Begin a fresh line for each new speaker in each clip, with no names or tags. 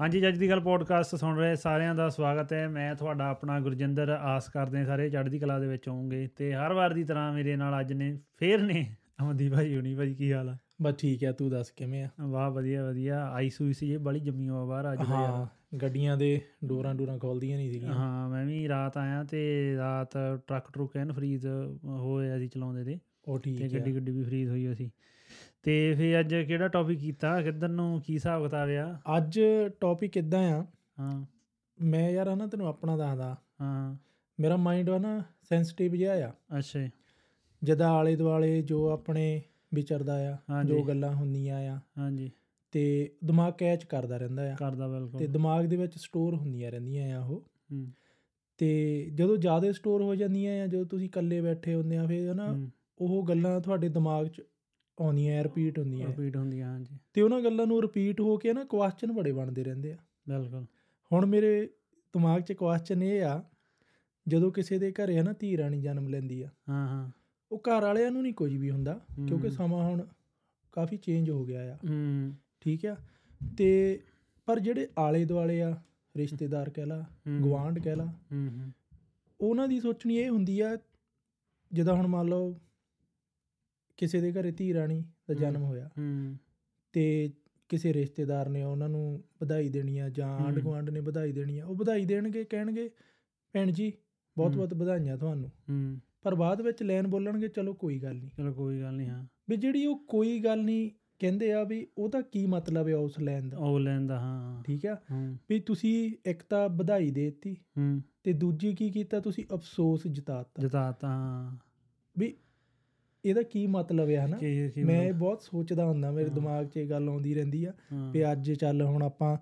ਹਾਂਜੀ ਜੱਜ ਦੀ ਗੱਲ ਪੋਡਕਾਸਟ ਸੁਣ ਰਹੇ ਸਾਰਿਆਂ ਦਾ ਸਵਾਗਤ ਹੈ ਮੈਂ ਤੁਹਾਡਾ ਆਪਣਾ ਗੁਰਜਿੰਦਰ ਆਸ ਕਰਦੇ ਹਾਂ ਸਾਰੇ ਚੜ੍ਹਦੀ ਕਲਾ ਦੇ ਵਿੱਚ ਹੋਵੋਗੇ ਤੇ ਹਰ ਵਾਰ ਦੀ ਤਰ੍ਹਾਂ ਮੇਰੇ ਨਾਲ ਅੱਜ ਨੇ ਫੇਰ ਨੇ ਅਮਨਦੀਪ ਭਾਈ ਹੋਣੀ ਭਾਈ ਕੀ ਹਾਲ ਆ
ਬਸ ਠੀਕ ਆ ਤੂੰ ਦੱਸ ਕਿਵੇਂ ਆ
ਵਾਹ ਵਧੀਆ ਵਧੀਆ ਆਈ ਸੂਈ ਸੀ ਜੇ ਬੜੀ ਜੰਮੀ ਹੋਆ ਬਾਹਰ ਅੱਜ ਦਾ ਯਾਰ।
ਹਾਂ ਗੱਡੀਆਂ ਦੇ ਡੋਰਾਂ ਡੋਰਾਂ ਖੋਲਦੀਆਂ ਨਹੀਂ ਸੀਗੀਆਂ
ਹਾਂ ਮੈਂ ਵੀ ਰਾਤ ਆਇਆ ਤੇ ਰਾਤ ਟਰੱਕ ਟਰੁੱਕ ਐਨ ਫਰੀਜ਼ ਹੋਇਆ ਸੀ ਚਲਾਉਂਦੇ ਤੇ
ਉਹ
ਤੇ
ਠੀਕ
ਗੱਡੀ
ਆ
ਗੱਡੀ ਵੀ ਫਰੀਜ਼ ਹੋਈ ਹੋਈ ਸੀ ਤੇ ਫੇਰ ਅੱਜ ਕਿਹੜਾ ਟੌਪਿਕ ਕੀਤਾ ਕਿੱਧਰ ਨੂੰ ਕੀ ਹਿਸਾਬ ਕਿਤਾਬ ਆ
ਅੱਜ ਟੌਪਿਕ ਇਦਾਂ ਆ
ਹਾਂ
ਮੈਂ ਯਾਰ ਆ ਨਾ ਤੈਨੂੰ ਆਪਣਾ ਦੱਸਦਾ
ਹਾਂ
ਮੇਰਾ ਮਾਈਂਡ ਆ ਨਾ ਸੈਂਸਿਟਿਵ ਜਿਹਾ ਆ
ਅੱਛਾ ਜੀ,
ਜਦਾ ਆਲੇ ਦੁਆਲੇ ਜੋ ਆਪਣੇ ਵਿਚਰਦਾ ਆ
ਹਾਂਜੀ।
ਜੋ ਗੱਲਾਂ ਹੁੰਦੀਆਂ ਆ
ਹਾਂਜੀ
ਤੇ ਦਿਮਾਗ ਕੈਚ ਕਰਦਾ ਰਹਿੰਦਾ ਆ
ਕਰਦਾ
ਤੇ
ਬਿਲਕੁਲ
ਦਿਮਾਗ ਦੇ ਵਿੱਚ ਸਟੋਰ ਹੁੰਦੀਆਂ ਰਹਿੰਦੀਆਂ ਆ ਉਹ
ਹੂੰ
ਤੇ ਜਦੋਂ ਜ਼ਿਆਦਾ ਸਟੋਰ ਹੋ ਜਾਂਦੀਆਂ ਆ ਜਦੋਂ ਤੁਸੀਂ ਇਕੱਲੇ ਬੈਠੇ ਹੁੰਦੇ ਆ ਫਿਰ ਨਾ
ਹੂੰ।
ਉਹ ਗੱਲਾਂ ਤੁਹਾਡੇ ਦਿਮਾਗ 'ਚ ਆਉਂਦੀਆਂ ਆ ਰਿਪੀਟ ਹੁੰਦੀਆਂ ਆ।
ਰਿਪੀਟ ਹੁੰਦੀਆਂ ਹਾਂਜੀ
ਤੇ ਉਹਨਾਂ ਗੱਲਾਂ ਨੂੰ ਰਿਪੀਟ ਹੋ ਕੇ ਨਾ ਕੁਐਸਚਨ ਬੜੇ ਬਣਦੇ ਰਹਿੰਦੇ ਆ
ਬਿਲਕੁਲ
ਹੁਣ ਮੇਰੇ ਦਿਮਾਗ 'ਚ ਕੁਐਸਚਨ ਇਹ ਆ ਜਦੋਂ ਕਿਸੇ ਦੇ ਘਰੇ ਹੈ ਨਾ ਧੀ ਰਾਣੀ ਜਨਮ ਲੈਂਦੀ ਆ
ਹਾਂ ਹਾਂ
ਉਹ ਘਰ ਵਾਲਿਆਂ ਨੂੰ ਨਹੀਂ ਕੁਝ ਵੀ ਹੁੰਦਾ
ਹਮ।
ਕਿਉਂਕਿ ਸਮਾਂ ਹੁਣ ਕਾਫੀ ਚੇਂਜ ਹੋ ਗਿਆ ਆ
ਹੂੰ
ਠੀਕ ਆ ਤੇ ਪਰ ਜਿਹੜੇ ਆਲੇ ਦੁਆਲੇ ਆ ਰਿਸ਼ਤੇਦਾਰ ਕਹਿ ਲਾ
ਹਮ।
ਗੁਆਂਢ ਕਹਿ ਲਾ
ਹੂੰ ਹੂੰ
ਉਹਨਾਂ ਦੀ ਸੋਚਣੀ ਇਹ ਹੁੰਦੀ ਆ ਜਿੱਦਾਂ ਹੁਣ ਮੰਨ ਲਓ ਕਿਸੇ ਦੇ ਘਰੇ ਧੀ ਰਾਣੀ ਦਾ ਜਨਮ ਹੋਇਆ
ਹੂੰ
ਤੇ ਕਿਸੇ ਰਿਸ਼ਤੇਦਾਰ ਨੇ ਉਹਨਾਂ ਨੂੰ ਵਧਾਈ ਦੇਣੀ ਆ ਜਾਂ ਆਂਢ
ਹਮ।
ਗੁਆਂਢ ਨੇ ਵਧਾਈ ਦੇਣੀ ਆ ਉਹ ਵਧਾਈ ਦੇਣਗੇ ਕਹਿਣਗੇ ਭੈਣ ਜੀ ਬਹੁਤ
ਹਮ।
ਬਹੁਤ ਵਧਾਈਆਂ ਤੁਹਾਨੂੰ
ਹੂੰ
ਪਰ ਬਾਅਦ ਵਿੱਚ ਲੈਣ ਬੋਲਣਗੇ ਚਲੋ ਕੋਈ ਗੱਲ ਨਹੀਂ
ਚਲੋ ਕੋਈ ਗੱਲ ਨਹੀਂ ਹਾਂ
ਵੀ ਜਿਹੜੀ ਉਹ ਕੋਈ ਗੱਲ ਨਹੀਂ ਕਹਿੰਦੇ ਆ ਵੀ ਉਹਦਾ ਕੀ ਮਤਲਬ ਹੈ ਉਸ ਲੈਣ ਦਾ
ਉਹ ਲੈਂਦਾ ਹਾਂ
ਠੀਕ ਆ
ਹੂੰ
ਵੀ ਤੁਸੀਂ ਇੱਕ ਤਾਂ ਵਧਾਈ ਦੇਤੀ
ਹੂੰ
ਤੇ ਦੂਜੀ ਕੀ ਕੀਤਾ ਤੁਸੀਂ ਅਫਸੋਸ ਜਤਾਤਾ
ਜਤਾਤਾ ਹਾਂ
ਵੀ ਇਹਦਾ ਕੀ ਮਤਲਬ ਹੈ ਹਨਾ
ਕੀ ਕੀ
ਮੈਂ ਇਹ ਬਹੁਤ ਸੋਚਦਾ ਹੁੰਦਾ ਮੇਰੇ
ਹਾਂ।
ਦਿਮਾਗ 'ਚ ਇਹ ਗੱਲ ਆਉਂਦੀ ਰਹਿੰਦੀ ਆ
ਹਾਂ।
ਵੀ ਅੱਜ ਚੱਲ ਹੁਣ ਆਪਾਂ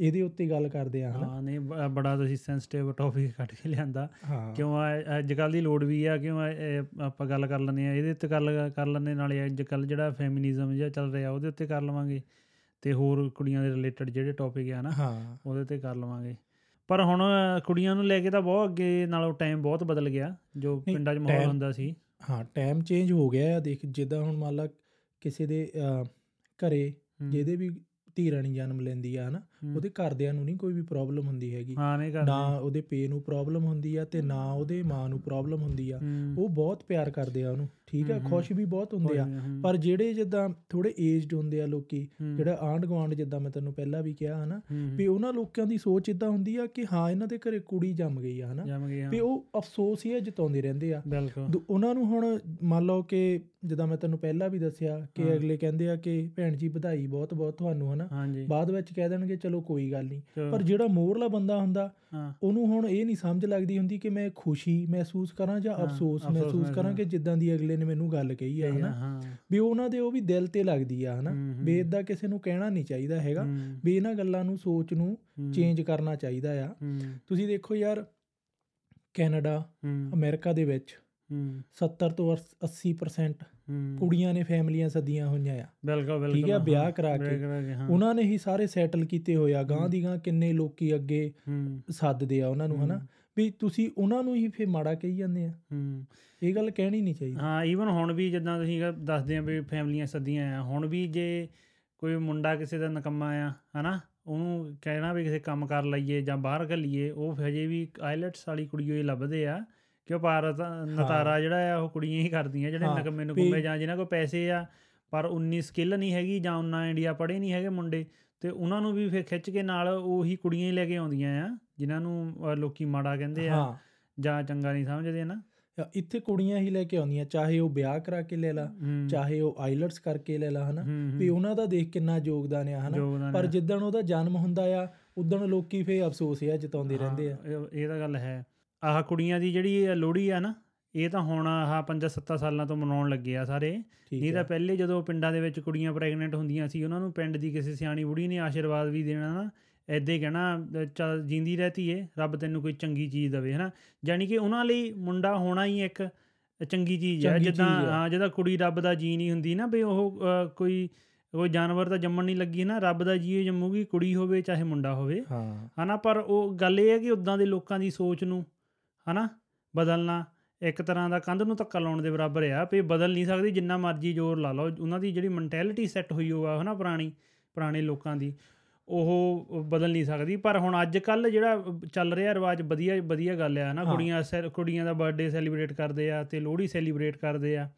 ਇਹਦੇ ਉੱਤੇ ਗੱਲ ਕਰਦੇ ਆ ਹਨਾ
ਹਾਂ ਨਹੀਂ ਬ- ਬੜਾ ਤੁਸੀਂ ਸੈਂਸਿਟਿਵ ਟੌਪਿਕ ਕੱਢ ਕੇ ਲਿਆਂਦਾ
ਹਾਂ
ਕਿਉਂ ਆ- ਅੱਜ ਕੱਲ ਦੀ ਲੋੜ ਵੀ ਆ ਕਿਉਂ ਆ- ਇਹ ਆਪਾਂ ਗੱਲ ਕਰ ਲੈਂਦੇ ਆ ਇਹਦੇ ਉੱਤੇ ਗੱਲ ਕਰ ਲੈਂਦੇ ਨਾਲੇ ਅੱਜ ਕੱਲ ਜਿਹੜਾ ਫੈਮਿਨਿਜ਼ਮ ਜਿਹਾ ਚੱਲ ਰਿਹਾ ਉਹਦੇ ਉੱਤੇ ਕਰ ਲਵਾਂਗੇ ਤੇ ਹੋਰ ਕੁੜੀਆਂ ਦੇ ਰਿਲੇਟਡ ਜਿਹੜੇ ਟੌਪਿਕ ਆ ਨਾ
ਹਾਂ
ਉਹਦੇ ਤੇ ਕਰ ਲਵਾਂਗੇ ਪਰ ਹੁਣ ਕੁੜੀਆਂ ਨੂੰ ਲੈ ਕੇ ਤਾਂ ਬਹੁਤ ਅੱਗੇ ਨਾਲੋਂ ਟਾਈਮ ਬਹੁਤ ਬਦਲ ਗਿਆ ਜੋ
ਨਹੀਂ,
ਪਿੰਡਾਂ 'ਚ ਮਾਹੌਲ
time-
ਹੁੰਦਾ ਸੀ
ਹਾਂ ਟਾਈਮ ਚੇਂਜ ਹੋ ਗਿਆ ਆ ਦੇਖ ਜਿੱਦਾਂ ਹੁਣ ਮੰਨ ਲਾ ਕਿਸੇ ਦੇ ਅਹ, ਘਰੇ
ਹੂੰ,
ਜਿਹਦੇ ਵੀ ਧੀ ਰਾਣੀ ਜਨਮ ਲੈਂਦੀ ਆ ਹਨਾ
ਹੂੰ।
ਉਹਦੇ ਘਰਦਿਆਂ ਨੂੰ ਨਹੀਂ ਕੋਈ ਵੀ ਪ੍ਰੋਬਲਮ ਹੁੰਦੀ ਹੈਗੀ
ਹਾਂ ਨਹੀਂ ਕਰਦੇ
ਨਾ ਉਹਦੇ ਪੇ ਨੂੰ ਪ੍ਰੋਬਲਮ ਹੁੰਦੀ ਆ ਤੇ ਨਾ ਉਹਦੇ ਮਾਂ ਨੂੰ ਪ੍ਰੋਬਲਮ ਹੁੰਦੀ ਆ
ਹੂੰ,
ਉਹ ਬਹੁਤ ਪਿਆਰ ਕਰਦੇ ਆ ਉਹਨੂੰ ਠੀਕ ਆ
ਹੂੰ, ਹੂੰ।
ਖੁਸ਼ ਵੀ ਬਹੁਤ ਹੁੰਦੇ ਆ
ਹੂੰ,
ਪਰ ਜਿਹੜੇ ਜਿੱਦਾਂ ਥੋੜੇ ਏਜਡ ਹੁੰਦੇ ਆ ਲੋਕੀ
ਹੂੰ,
ਜਿਹੜਾ ਆਂਢ ਗੁਆਂਢ ਜਿੱਦਾਂ ਮੈਂ ਤੈਨੂੰ ਪਹਿਲਾਂ ਵੀ ਕਿਹਾ ਹਨਾ
ਹੂੰ,
ਵੀ ਉਹਨਾਂ ਲੋਕਾਂ ਦੀ ਸੋਚ ਇਦਾਂ ਹੁੰਦੀ ਆ ਕਿ ਹਾਂ ਇਹਨਾਂ ਦੇ ਘਰੇ ਕੁੜੀ ਜੰਮ ਗਈ ਆ ਹਨਾ
ਜੰਮ ਗਏ ਹਾਂ
ਵੀ ਉਹ ਅਫਸੋਸ ਹੀ ਆ ਜਤਾਉਂਦੇ ਰਹਿੰਦੇ ਆ
ਬਿਲਕੁਲ
ਦੂ- ਉਹਨਾਂ ਨੂੰ ਹੁਣ ਮੰਨ ਲਓ ਕਿ ਜਿੱਦਾਂ ਮੈਂ ਤੈਨੂੰ ਪਹਿਲਾਂ ਵੀ ਦੱਸਿਆ
ਹਾਂ।
ਕਿ ਅਗਲੇ ਕਹਿੰਦੇ ਆ ਕਿ ਭੈਣ ਜੀ ਵਧਾਈ ਬਹੁਤ ਬਹੁਤ ਤੁਹਾਨੂੰ ਹਨਾ
ਹਾਂਜੀ
ਬਾਅਦ ਵਿੱਚ ਕਹਿ ਦੇਣਗੇ ਚਲੋ ਕੋਈ ਗੱਲ ਨਹੀਂ
ਚਲੋ,
ਪਰ ਜਿਹੜਾ ਮੋਹਰਲਾ ਬੰਦਾ ਹੁੰਦਾ
ਹਾਂ
ਉਹਨੂੰ ਹੁਣ ਇਹ ਨਹੀਂ ਸਮਝ ਲੱਗਦੀ ਹੁੰਦੀ ਕਿ ਮੈਂ ਖੁਸ਼ੀ ਮਹਿਸੂਸ ਕਰਾਂ ਜਾਂ
ਹਾਂ,
ਅਫਸੋਸ
ਅਫਸੋਸ
ਮਹਿਸੂਸ
ਮਹਿਸੂਸ
ਕਰਾਂ ਕਿ ਜਿੱਦਾਂ ਦੀ ਅਗਲੇ ਨੇ ਮੈਨੂੰ ਗੱਲ ਕਹੀ ਆ
ਸਹੀ ਆ,
ਹਨਾ
ਹਾਂ
ਵੀ ਉਹਨਾਂ ਦੇ ਉਹ ਵੀ ਦਿਲ ਤੇ ਲੱਗਦੀ ਆ ਹਨਾ
ਹੂੰ, ਹੂੰ।
ਵੀ ਇਦਾਂ ਕਿਸੇ ਨੂੰ ਕਹਿਣਾ ਨਹੀਂ ਚਾਹੀਦਾ ਹੈਗਾ
ਹੂੰ,
ਵੀ ਇਹਨਾਂ ਗੱਲਾਂ ਨੂੰ ਸੋਚ ਨੂੰ
ਹੂੰ,
ਚੇਂਜ ਕਰਨਾ ਚਾਹੀਦਾ ਆ
ਹੂੰ,
ਤੁਸੀਂ ਦੇਖੋ ਯਾਰ ਕੈਨੇਡਾ
ਹੂੰ,
ਅਮਰੀਕਾ ਦੇ ਵਿੱਚ
ਹੂੰ,
70 ਤੋਂ 80%
ਹੂੰ,
ਕੁੜੀਆਂ ਨੇ ਫੈਮਲੀਆਂ ਸੱਦੀਆਂ ਹੋਈਆਂ ਆ
ਬਿਲਕੁਲ ਬਿਲਕੁਲ
ਠੀਕ ਆ,
ਹਾਂ,
ਵਿਆਹ ਕਰਾ
ਵਿਆਹ
ਕੇ।
ਹਾਂ
ਉਹਨਾਂ ਨੇ ਹੀ ਸਾਰੇ ਸੈਟਲ ਕੀਤੇ ਹੋਇਆ ਗਾਂ ਦੀ ਗਾਂ ਕਿੰਨੇ ਲੋਕੀ ਅੱਗੇ
ਹੂੰ,
ਸੱਦਦੇ ਆ ਉਹਨਾਂ ਨੂੰ ਹਨਾ
ਹੂੰ,
ਵੀ ਤੁਸੀਂ ਉਹਨਾਂ ਨੂੰ ਹੀ ਫੇ ਮਾੜਾ ਕਹੀ ਜਾਂਦੇ ਆ
ਹੂੰ।
ਇਹ ਗੱਲ ਕਹਿਣੀ ਨਹੀਂ ਚਾਹੀਦੀ
ਹਾਂ ਈਵਨ ਹੁਣ ਵੀ ਜਿੱਦਾਂ ਤੁਸੀਂ ਕ- ਦੱਸਦੇ ਆ ਵੀ ਫੈਮਲੀਆਂ ਸੱਦੀਆਂ ਆ ਹੁਣ ਵੀ ਜੇ ਕੋਈ ਮੁੰਡਾ ਕਿਸੇ ਦਾ ਨਕਮਾ ਆ ਹਨਾ ਉਹਨੂੰ ਕਹਿਣਾ ਵੀ ਕਿਸੇ ਕੰਮ ਕਰ ਲਈਏ ਜਾਂ ਬਾਹਰ ਘੱਲੀਏ ਉਹ ਹਜੇ ਵੀ ਆਈਲੈਟਸ ਵਾਲੀ ਕੁੜੀਓ ਹੀ ਲੱਭਦੇ ਆ ਕਿ ਉਹ ਭਾਰਤ ਨਤਾਰਾ ਜਿਹੜਾ ਆ ਉਹ ਕੁੜੀਆਂ ਹੀ ਕਰਦੀਆਂ ਜਿਹੜੇ
ਹਾਂ,
ਨਕਮੇ ਨੂੰ
ਵੀ-
ਕੁੰਮੇ ਜਾਂ ਜਿਨ੍ਹਾਂ ਕੋਲ ਪੈਸੇ ਆ ਪਰ ਉਨੀ ਸਕਿੱਲ ਨਹੀਂ ਹੈਗੀ ਜਾਂ ਉਨਾ ਇੰਡੀਆ ਪੜ੍ਹੇ ਨਹੀਂ ਹੈਗੇ ਮੁੰਡੇ ਤੇ ਉਹਨਾਂ ਨੂੰ ਵੀ ਫਿਰ ਖਿੱਚ ਕੇ ਨਾਲ ਉਹੀ ਕੁੜੀਆਂ ਹੀ ਲੈ ਕੇ ਆਉਂਦੀਆਂ ਆ ਜਿਨ੍ਹਾਂ ਨੂੰ ਅ, ਲੋਕੀ ਮਾੜਾ ਕਹਿੰਦੇ ਆ
ਹਾਂ
ਜਾਂ ਚੰਗਾ ਨਹੀਂ ਸਮਝਦੇ ਨਾ
ਇੱਥੇ ਕੁੜੀਆਂ ਹੀ ਲੈ ਕੇ ਆਉਂਦੀਆਂ ਚਾਹੇ ਉਹ ਵਿਆਹ ਕਰਾ ਕੇ ਲੈ ਲਾ
ਹੂੰ,
ਚਾਹੇ ਉਹ ਆਈਲਟਸ ਕਰਕੇ ਲੈ ਲਾ ਹਨਾ
ਹੂੰ, ਹੂੰ।
ਵੀ ਉਹਨਾਂ ਦਾ ਦੇਖ ਕਿੰਨਾ ਯੋਗਦਾਨ ਆ ਹਨਾ
ਯੋਗਦਾਨ
ਪਰ
ਆ।
ਜਿੱਦਣ ਉਹਦਾ ਜਨਮ ਹੁੰਦਾ ਆ ਉਦੋਂ ਲੋਕੀ ਫੇ ਅਫਸੋਸ ਆ ਜਤਾਉਂਦੇ ਰਹਿੰਦੇ ਆ
ਹਾਂ, ਇਹ- ਇਹ ਤਾਂ ਗੱਲ ਹੈ ਆਹ ਕੁੜੀਆਂ ਦੀ ਜਿਹੜੀ ਇਹ ਲੋਹੜੀ ਆ ਨਾ ਇਹ ਤਾਂ ਹੁਣ ਆਹ 5-7 ਸਾਲਾਂ ਤੋਂ ਮਨਾਉਣ ਲੱਗੇ ਆ ਸਾਰੇ ਨਹੀਂ
ਠੀਕ
ਤਾਂ
ਆ
ਪਹਿਲੇ ਜਦੋਂ ਪਿੰਡਾਂ ਦੇ ਵਿੱਚ ਕੁੜੀਆਂ ਪ੍ਰੈਗਨੈਂਟ ਹੁੰਦੀਆਂ ਸੀ ਉਹਨਾਂ ਨੂੰ ਪਿੰਡ ਦੀ ਕਿਸੇ ਸਿਆਣੀ ਬੁੜੀ ਨੇ ਆਸ਼ੀਰਵਾਦ ਵੀ ਦੇਣਾ ਨਾ ਐਦਾਂ ਹੀ ਕਹਿਣਾ ਅਹ ਚੱਲ ਜਿੰਦੀ ਰਹਤੀ ਏ ਰੱਬ ਤੈਨੂੰ ਕੋਈ ਚੰਗੀ ਚੀਜ਼ ਦੇਵੇ ਹਨਾ ਯਾਨੀ ਕਿ ਉਹਨਾਂ ਲਈ ਮੁੰਡਾ ਹੋਣਾ ਹੀ ਇੱਕ ਚੰਗੀ ਚੀਜ਼ ਹੈ
ਚੰਗੀ
ਜਿੱਦਾਂ
ਚੀਜ਼ ਆ।
ਹਾਂ ਜਿੱਦਾਂ ਕੁੜੀ ਰੱਬ ਦਾ ਜੀ ਨਹੀਂ ਹੁੰਦੀ ਨਾ ਵੀ ਉਹ ਅਹ, ਕੋਈ ਉਹ ਜਾਨਵਰ ਤਾਂ ਜੰਮਣ ਨਹੀਂ ਲੱਗੀ ਨਾ ਰੱਬ ਦਾ ਜੀ ਜੰਮੂਗੀ ਕੁੜੀ ਹੋਵੇ ਚਾਹੇ ਮੁੰਡਾ ਹੋਵੇ
ਹਾਂ
ਹਨਾ ਪਰ ਉਹ ਗੱਲ ਇਹ ਹੈ ਕਿ ਉਦਾਂ ਦੇ ਲੋਕਾਂ ਦੀ ਸੋਚ ਨੂੰ ਹਨਾ ਬਦਲਣਾ ਇੱਕ ਤਰ੍ਹਾਂ ਦਾ ਕੰਧ ਨੂੰ ਧੱਕਾ ਲਾਉਣ ਦੇ ਬਰਾਬਰ ਆ ਵੀ ਬਦਲ ਨਹੀਂ ਸਕਦੀ ਜਿੰਨਾ ਮਰਜ਼ੀ ਜ਼ੋਰ ਲਾ ਲਓ ਉਹਨਾਂ ਦੀ ਜਿਹੜੀ ਮੈਂਟੈਲਿਟੀ ਸੈੱਟ ਹੋਈ ਹੋਆ ਹਨਾ ਪੁਰਾਣੀ ਪੁਰਾਣੇ ਲੋਕਾਂ ਦੀ ਉਹ ਬਦਲ ਨਹੀਂ ਸਕਦੀ ਪਰ ਹੁਣ ਅੱਜ ਕੱਲ ਜਿਹੜਾ ਚੱਲ ਰਿਹਾ ਰਿਵਾਜ ਵਧੀਆ ਵਧੀਆ ਗੱਲ ਆ ਨਾ
ਹਾਂ।
ਕੁੜੀਆਂ ਸੈ- ਕੁੜੀਆਂ ਦਾ ਬਰਥਡੇ ਸੈਲੀਬ੍ਰੇਟ ਕਰਦੇ ਆ ਤੇ ਲੋਹੜੀ ਸੈਲੀਬ੍ਰੇਟ ਕਰਦੇ ਆ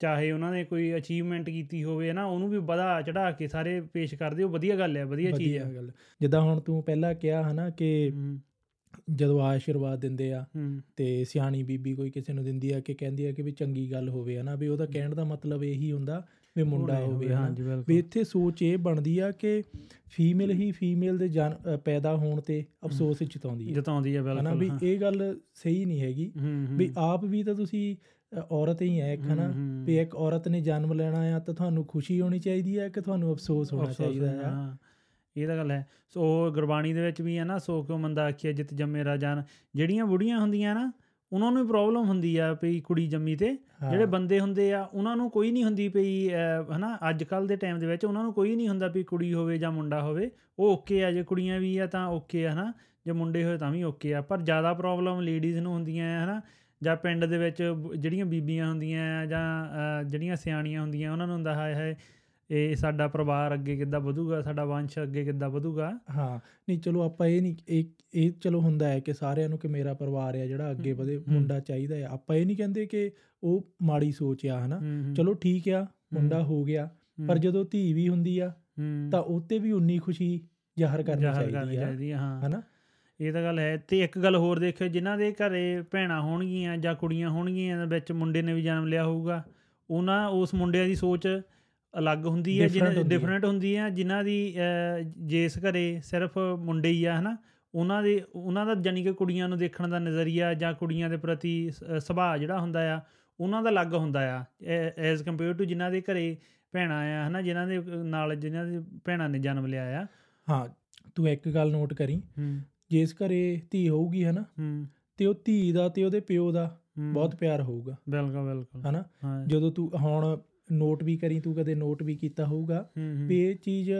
ਚਾਹੇ ਉਹਨਾਂ ਨੇ ਕੋਈ ਅਚੀਵਮੈਂਟ ਕੀਤੀ ਹੋਵੇ ਨਾ ਉਹਨੂੰ ਵੀ ਵਧਾ ਚੜਾ ਕੇ ਸਾਰੇ ਪੇਸ਼ ਕਰਦੇ ਉਹ ਵਧੀਆ ਗੱਲ ਆ ਵਧੀਆ ਚੀਜ਼
ਵਧੀਆ
ਆ
ਗੱਲ ਜਿੱਦਾਂ ਹੁਣ ਤੂੰ ਪਹਿਲਾਂ ਕਿਹਾ ਹਨਾ ਕਿ
ਹੂੰ
ਜਦੋਂ ਆਸ਼ੀਰਵਾਦ ਦਿੰਦੇ ਆ
ਹੂੰ
ਤੇ ਸਿਆਣੀ ਬੀਬੀ ਕੋਈ ਕਿਸੇ ਨੂੰ ਦਿੰਦੀ ਆ ਕਿ ਕਹਿੰਦੀ ਆ ਕਿ ਵੀ ਚੰਗੀ ਗੱਲ ਹੋਵੇ ਹਨਾ ਵੀ ਉਹਦਾ ਕਹਿਣ ਦਾ ਮਤਲਬ ਇਹੀ ਹੁੰਦਾ ਵੀ ਮੁੰਡਾ ਹੋਵੇ ਹਨਾ
ਹਾਂਜੀ ਬਿਲਕੁਲ
ਵੀ ਇੱਥੇ ਸੋਚ ਇਹ ਬਣਦੀ ਆ ਕਿ ਫੀਮੇਲ ਹੀ ਫੀਮੇਲ ਦੇ ਜਨ ਅ, ਪੈਦਾ ਹੋਣ ਤੇ ਅਫਸੋਸ ਜਤਾਉਂਦੀ ਹੈ
ਜਿਤਾਉਂਦੀ ਆ
ਹਨਾ
ਬਿਲਕੁਲ
ਵੀ
ਹਾਂ।
ਇਹ ਗੱਲ ਸਹੀ ਨਹੀਂ ਹੈਗੀ
ਹੂੰ ਹੂੰ
ਵੀ ਆਪ ਵੀ ਤਾਂ ਤੁਸੀਂ ਅ, ਔਰਤ ਹੀ ਹੈ ਇੱਕ ਹਨਾ
ਹੂੰ,
ਵੀ ਇੱਕ ਔਰਤ ਨੇ ਜਨਮ ਲੈਣਾ ਆ ਤਾਂ ਤੁਹਾਨੂੰ ਖੁਸ਼ੀ ਹੋਣੀ ਚਾਹੀਦੀ ਹੈ ਕਿ ਤੁਹਾਨੂੰ ਅਫਸੋਸ ਹੋਣਾ
ਅਫਸੋਸ
ਚਾਹੀਦਾ
ਹੋਇਆ,
ਆ
ਹਾਂ। ਇਹ ਤਾਂ ਗੱਲ ਹੈ ਸੋ ਗੁਰਬਾਣੀ ਦੇ ਵਿੱਚ ਵੀ ਹੈ ਨਾ ਸੋ ਕਿਉਂ ਮੰਦਾ ਆਖਿਆ ਜਿਤ ਜੰਮੇ ਰਾਜਾਨ ਜਿਹੜੀਆਂ ਬੁੜੀਆਂ ਹੁੰਦੀਆਂ ਨਾ ਉਹਨਾਂ ਨੂੰ ਪ੍ਰੋਬਲਮ ਹੁੰਦੀ ਆ ਵੀ ਕੁੜੀ ਜੰਮੀ ਤੇ
ਹਾਂ।
ਜਿਹੜੇ ਬੰਦੇ ਹੁੰਦੇ ਆ ਉਹਨਾਂ ਨੂੰ ਕੋਈ ਨਹੀਂ ਹੁੰਦੀ ਪਈ ਅਹ, ਹਨਾ ਅੱਜ ਕੱਲ ਦੇ ਟਾਈਮ ਦੇ ਵਿੱਚ ਉਹਨਾਂ ਨੂੰ ਕੋਈ ਨਹੀਂ ਹੁੰਦਾ ਵੀ ਕੁੜੀ ਹੋਵੇ ਜਾਂ ਮੁੰਡਾ ਹੋਵੇ ਉਹ ਓਕੇ ਆ ਜੇ ਕੁੜੀਆਂ ਵੀ ਆ ਤਾਂ ਓਕੇ ਆ ਹਨਾ ਜੇ ਮੁੰਡੇ ਹੋਏ ਤਾਂ ਵੀ ਓਕੇ ਆ ਪਰ ਜ਼ਿਆਦਾ ਪ੍ਰੋਬਲਮ ਲੇਡੀਜ਼ ਨੂੰ ਹੁੰਦੀਆਂ ਆ ਹਨਾ ਜਾਂ ਪਿੰਡ ਦੇ ਵਿੱਚ ਬ- ਜਿਹੜੀਆਂ ਬੀਬੀਆਂ ਹੁੰਦੀਆਂ ਆ ਜਾਂ ਅਹ, ਜਿਹੜੀਆਂ ਸਿਆਣੀਆਂ ਹੁੰਦੀਆਂ ਉਹਨਾਂ ਨੂੰ ਹੁੰਦਾ ਹਾਏ ਹਾਏ ਇਹ ਸਾਡਾ ਪਰਿਵਾਰ ਅੱਗੇ ਕਿੱਦਾਂ ਵਧੂਗਾ ਸਾਡਾ ਵੰਸ਼ ਅੱਗੇ ਕਿੱਦਾਂ ਵਧੂਗਾ
ਹਾਂ ਨਹੀਂ ਚਲੋ ਆਪਾਂ ਇਹ ਨਹੀਂ ਇਹ ਇਹ ਚਲੋ ਹੁੰਦਾ ਹੈ ਕਿ ਸਾਰਿਆਂ ਨੂੰ ਕਿ ਮੇਰਾ ਪਰਿਵਾਰ ਆ ਜਿਹੜਾ ਅੱਗੇ
ਹਮ,
ਵਧੇ
ਹਮ।
ਮੁੰਡਾ ਚਾਹੀਦਾ ਹੈ ਆਪਾਂ ਇਹ ਨਹੀਂ ਕਹਿੰਦੇ ਕਿ ਉਹ ਮਾੜੀ ਸੋਚ ਆ ਹਨਾ
ਹੂੰ, ਹੂੰ,
ਚਲੋ ਠੀਕ ਆ ਮੁੰਡਾ
ਹਮ।
ਹੋ ਗਿਆ
ਹੂੰ,
ਪਰ ਜਦੋਂ ਧੀ ਵੀ ਹੁੰਦੀ ਆ
ਹੂੰ,
ਤਾਂ ਉੱਤੇ ਵੀ ਉਨੀ ਖੁਸ਼ੀ ਜ਼ਾਹਰ ਕਰਨੀ
ਜ਼ਾਹਰ ਕਰਨੀ
ਚਾਹੀਦੀ ਆ
ਚਾਹੀਦੀ ਆ, ਹਾਂ
ਹਨਾ
ਇਹ ਤਾਂ ਗੱਲ ਹੈ ਤੇ ਇੱਕ ਗੱਲ ਹੋਰ ਦੇਖਿਓ ਜਿਨ੍ਹਾਂ ਦੇ ਘਰੇ ਭੈਣਾਂ ਹੋਣਗੀਆਂ ਜਾਂ ਕੁੜੀਆਂ ਹੋਣਗੀਆਂ ਤਾਂ ਵਿੱਚ ਮੁੰਡੇ ਨੇ ਵੀ ਜਨਮ ਲਿਆ ਹੋਊਗਾ ਉਹਨਾਂ ਉਸ ਮੁੰਡਿਆਂ ਦੀ ਸੋਚ ਅਲੱਗ ਹੁੰਦੀ ਹੈ
Different
ਜਿਹਨਾਂ
ਹੁੰਦੀ ਹੈ।
ਡਿਫਰੈਂਟ ਹੁੰਦੀ ਹੈ ਜਿਨ੍ਹਾਂ ਦੀ ਅਹ, ਜਿਸ ਘਰੇ ਸਿਰਫ ਮੁੰਡੇ ਹੀ ਆ ਹਨਾ ਉਹਨਾਂ ਦੇ ਉਹਨਾਂ ਦਾ ਜਾਨੀ ਕਿ ਕੁੜੀਆਂ ਨੂੰ ਦੇਖਣ ਦਾ ਨਜ਼ਰੀਆ ਜਾਂ ਕੁੜੀਆਂ ਦੇ ਪ੍ਰਤੀ ਸ- ਅਹ, ਸੁਭਾਅ ਜਿਹੜਾ ਹੁੰਦਾ ਆ ਉਹਨਾਂ ਦਾ ਅਲੱਗ ਹੁੰਦਾ ਆ ਐਜ਼ ਕੰਪੇਅਰ ਟੂ ਜਿਨ੍ਹਾਂ ਦੇ ਘਰੇ ਭੈਣਾਂ ਆ ਹਨਾ ਜਿਨ੍ਹਾਂ ਦੇ ਨਾਲ ਜਿਨ੍ਹਾਂ ਦੇ ਭੈਣਾਂ ਨੇ ਜਨਮ ਲਿਆ ਆ
ਹਾਂ ਤੂੰ ਇੱਕ ਗੱਲ ਨੋਟ ਕਰੀ
ਹੂੰ
ਜਿਸ ਘਰੇ ਧੀ ਹੋਊਗੀ ਹਨਾ
ਹੂੰ
ਤੇ ਉਹ ਧੀ ਦਾ ਤੇ ਉਹਦੇ ਪਿਓ ਦਾ
ਹੂੰ,
ਬਹੁਤ ਪਿਆਰ ਹੋਊਗਾ
ਬਿਲਕੁਲ ਬਿਲਕੁਲ
ਹਨਾ
ਹਾਂ
ਜਦੋਂ ਤੂੰ ਹੁਣ ਨੋਟ ਵੀ ਕਰੀ ਤੂੰ ਕਦੇ ਨੋਟ ਵੀ ਕੀਤਾ ਹੋਊਗਾ
ਹੂੰ, ਹੂੰ,
ਵੀ ਇਹ ਚੀਜ਼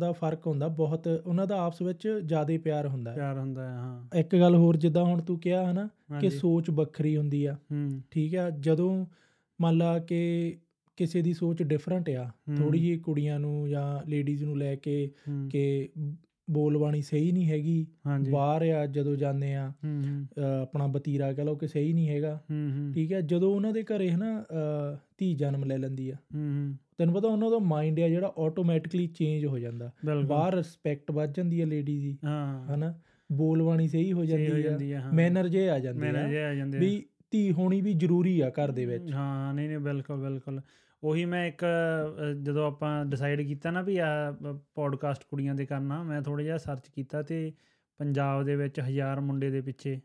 ਦਾ ਫਰਕ ਹੁੰਦਾ ਬਹੁਤ ਉਹਨਾਂ ਦਾ ਆਪਸ ਵਿੱਚ ਜ਼ਿਆਦਾ ਪਿਆਰ ਹੁੰਦਾ ਹੈ
ਪਿਆਰ ਹੁੰਦਾ ਹੈ ਹਾਂ
ਇੱਕ ਗੱਲ ਹੋਰ ਜਿੱਦਾਂ ਹੁਣ ਤੂੰ ਕਿਹਾ ਹਨਾ ਕਿ
ਹਾਂਜੀ,
ਸੋਚ ਵੱਖਰੀ ਹੁੰਦੀ ਆ
ਹੂੰ
ਠੀਕ ਆ ਜਦੋਂ ਮੰਨ ਲਾ ਕਿ ਕਿਸੇ ਦੀ ਸੋਚ ਡਿਫਰੈਂਟ ਆ
ਹੂੰ,
ਥੋੜੀ ਜਿਹੀ ਕੁੜੀਆਂ ਨੂੰ ਜਾਂ ਲੇਡੀਜ਼ ਨੂੰ ਲੈ ਕੇ
ਹੂੰ,
ਕਿ ਬੋਲਬਾਣੀ ਸਹੀ ਨਹੀਂ ਹੈਗੀ
ਹਾਂਜੀ
ਬਾਹਰ ਆ ਜਦੋਂ ਜਾਂਦੇ ਆ
ਹੂੰ ਹੂੰ,
ਅ, ਆਪਣਾ ਬਤੀਰਾ ਕਹ ਲਓ ਕਿ ਸਹੀ ਨਹੀਂ ਹੈਗਾ
ਹੂੰ ਹੂੰ,
ਠੀਕ ਹੈ ਜਦੋਂ ਉਹਨਾਂ ਦੇ ਘਰੇ ਹਨਾ ਅ, ਧੀ ਜਨਮ ਲੈ ਲੈਂਦੀ ਆ
ਹੂੰ ਹੂੰ,
ਤੈਨੂੰ ਪਤਾ ਉਹਨਾਂ ਦਾ ਮਾਈਂਡ ਆ ਜਿਹੜਾ ਆਟੋਮੈਟਿਕਲੀ ਚੇਂਜ ਹੋ ਜਾਂਦਾ
ਬਿਲਕੁਲ
ਬਾਹਰ ਰਿਸਪੈਕਟ ਵੱਧ ਜਾਂਦੀ ਆ ਲੇਡੀ ਦੀ
ਹਾਂ
ਹਨਾ ਬੋਲਬਾਣੀ ਸਹੀ ਹੋ
ਸਹੀ ਹੋ
ਜਾਂਦੀ ਆ
ਜਾਂਦੀ ਹੈ ਹਾਂ
ਮੈਨਰ ਜੇ ਆ ਜਾਂਦੀ
ਮੈਨਰ
ਆ
ਜਿਹੇ ਆ ਜਾਂਦੇ ਆ।
ਵੀ ਧੀ ਹੋਣੀ ਵੀ ਜ਼ਰੂਰੀ ਆ ਘਰ ਦੇ ਵਿੱਚ
ਹਾਂ ਨਹੀਂ ਨਹੀਂ ਬਿਲਕੁਲ ਬਿਲਕੁਲ ਉਹੀ ਮੈਂ ਇੱਕ ਅ, ਜਦੋਂ ਆਪਾਂ ਡਿਸਾਈਡ ਕੀਤਾ ਨਾ ਵੀ ਆ ਪੋਡਕਾਸਟ ਕੁੜੀਆਂ ਦੇ ਕਰਨਾ ਮੈਂ ਥੋੜਾ ਜਿਹਾ ਸਰਚ ਕੀਤਾ ਤੇ ਪੰਜਾਬ ਦੇ ਵਿੱਚ 1000 ਮੁੰਡੇ ਦੇ ਪਿੱਛੇ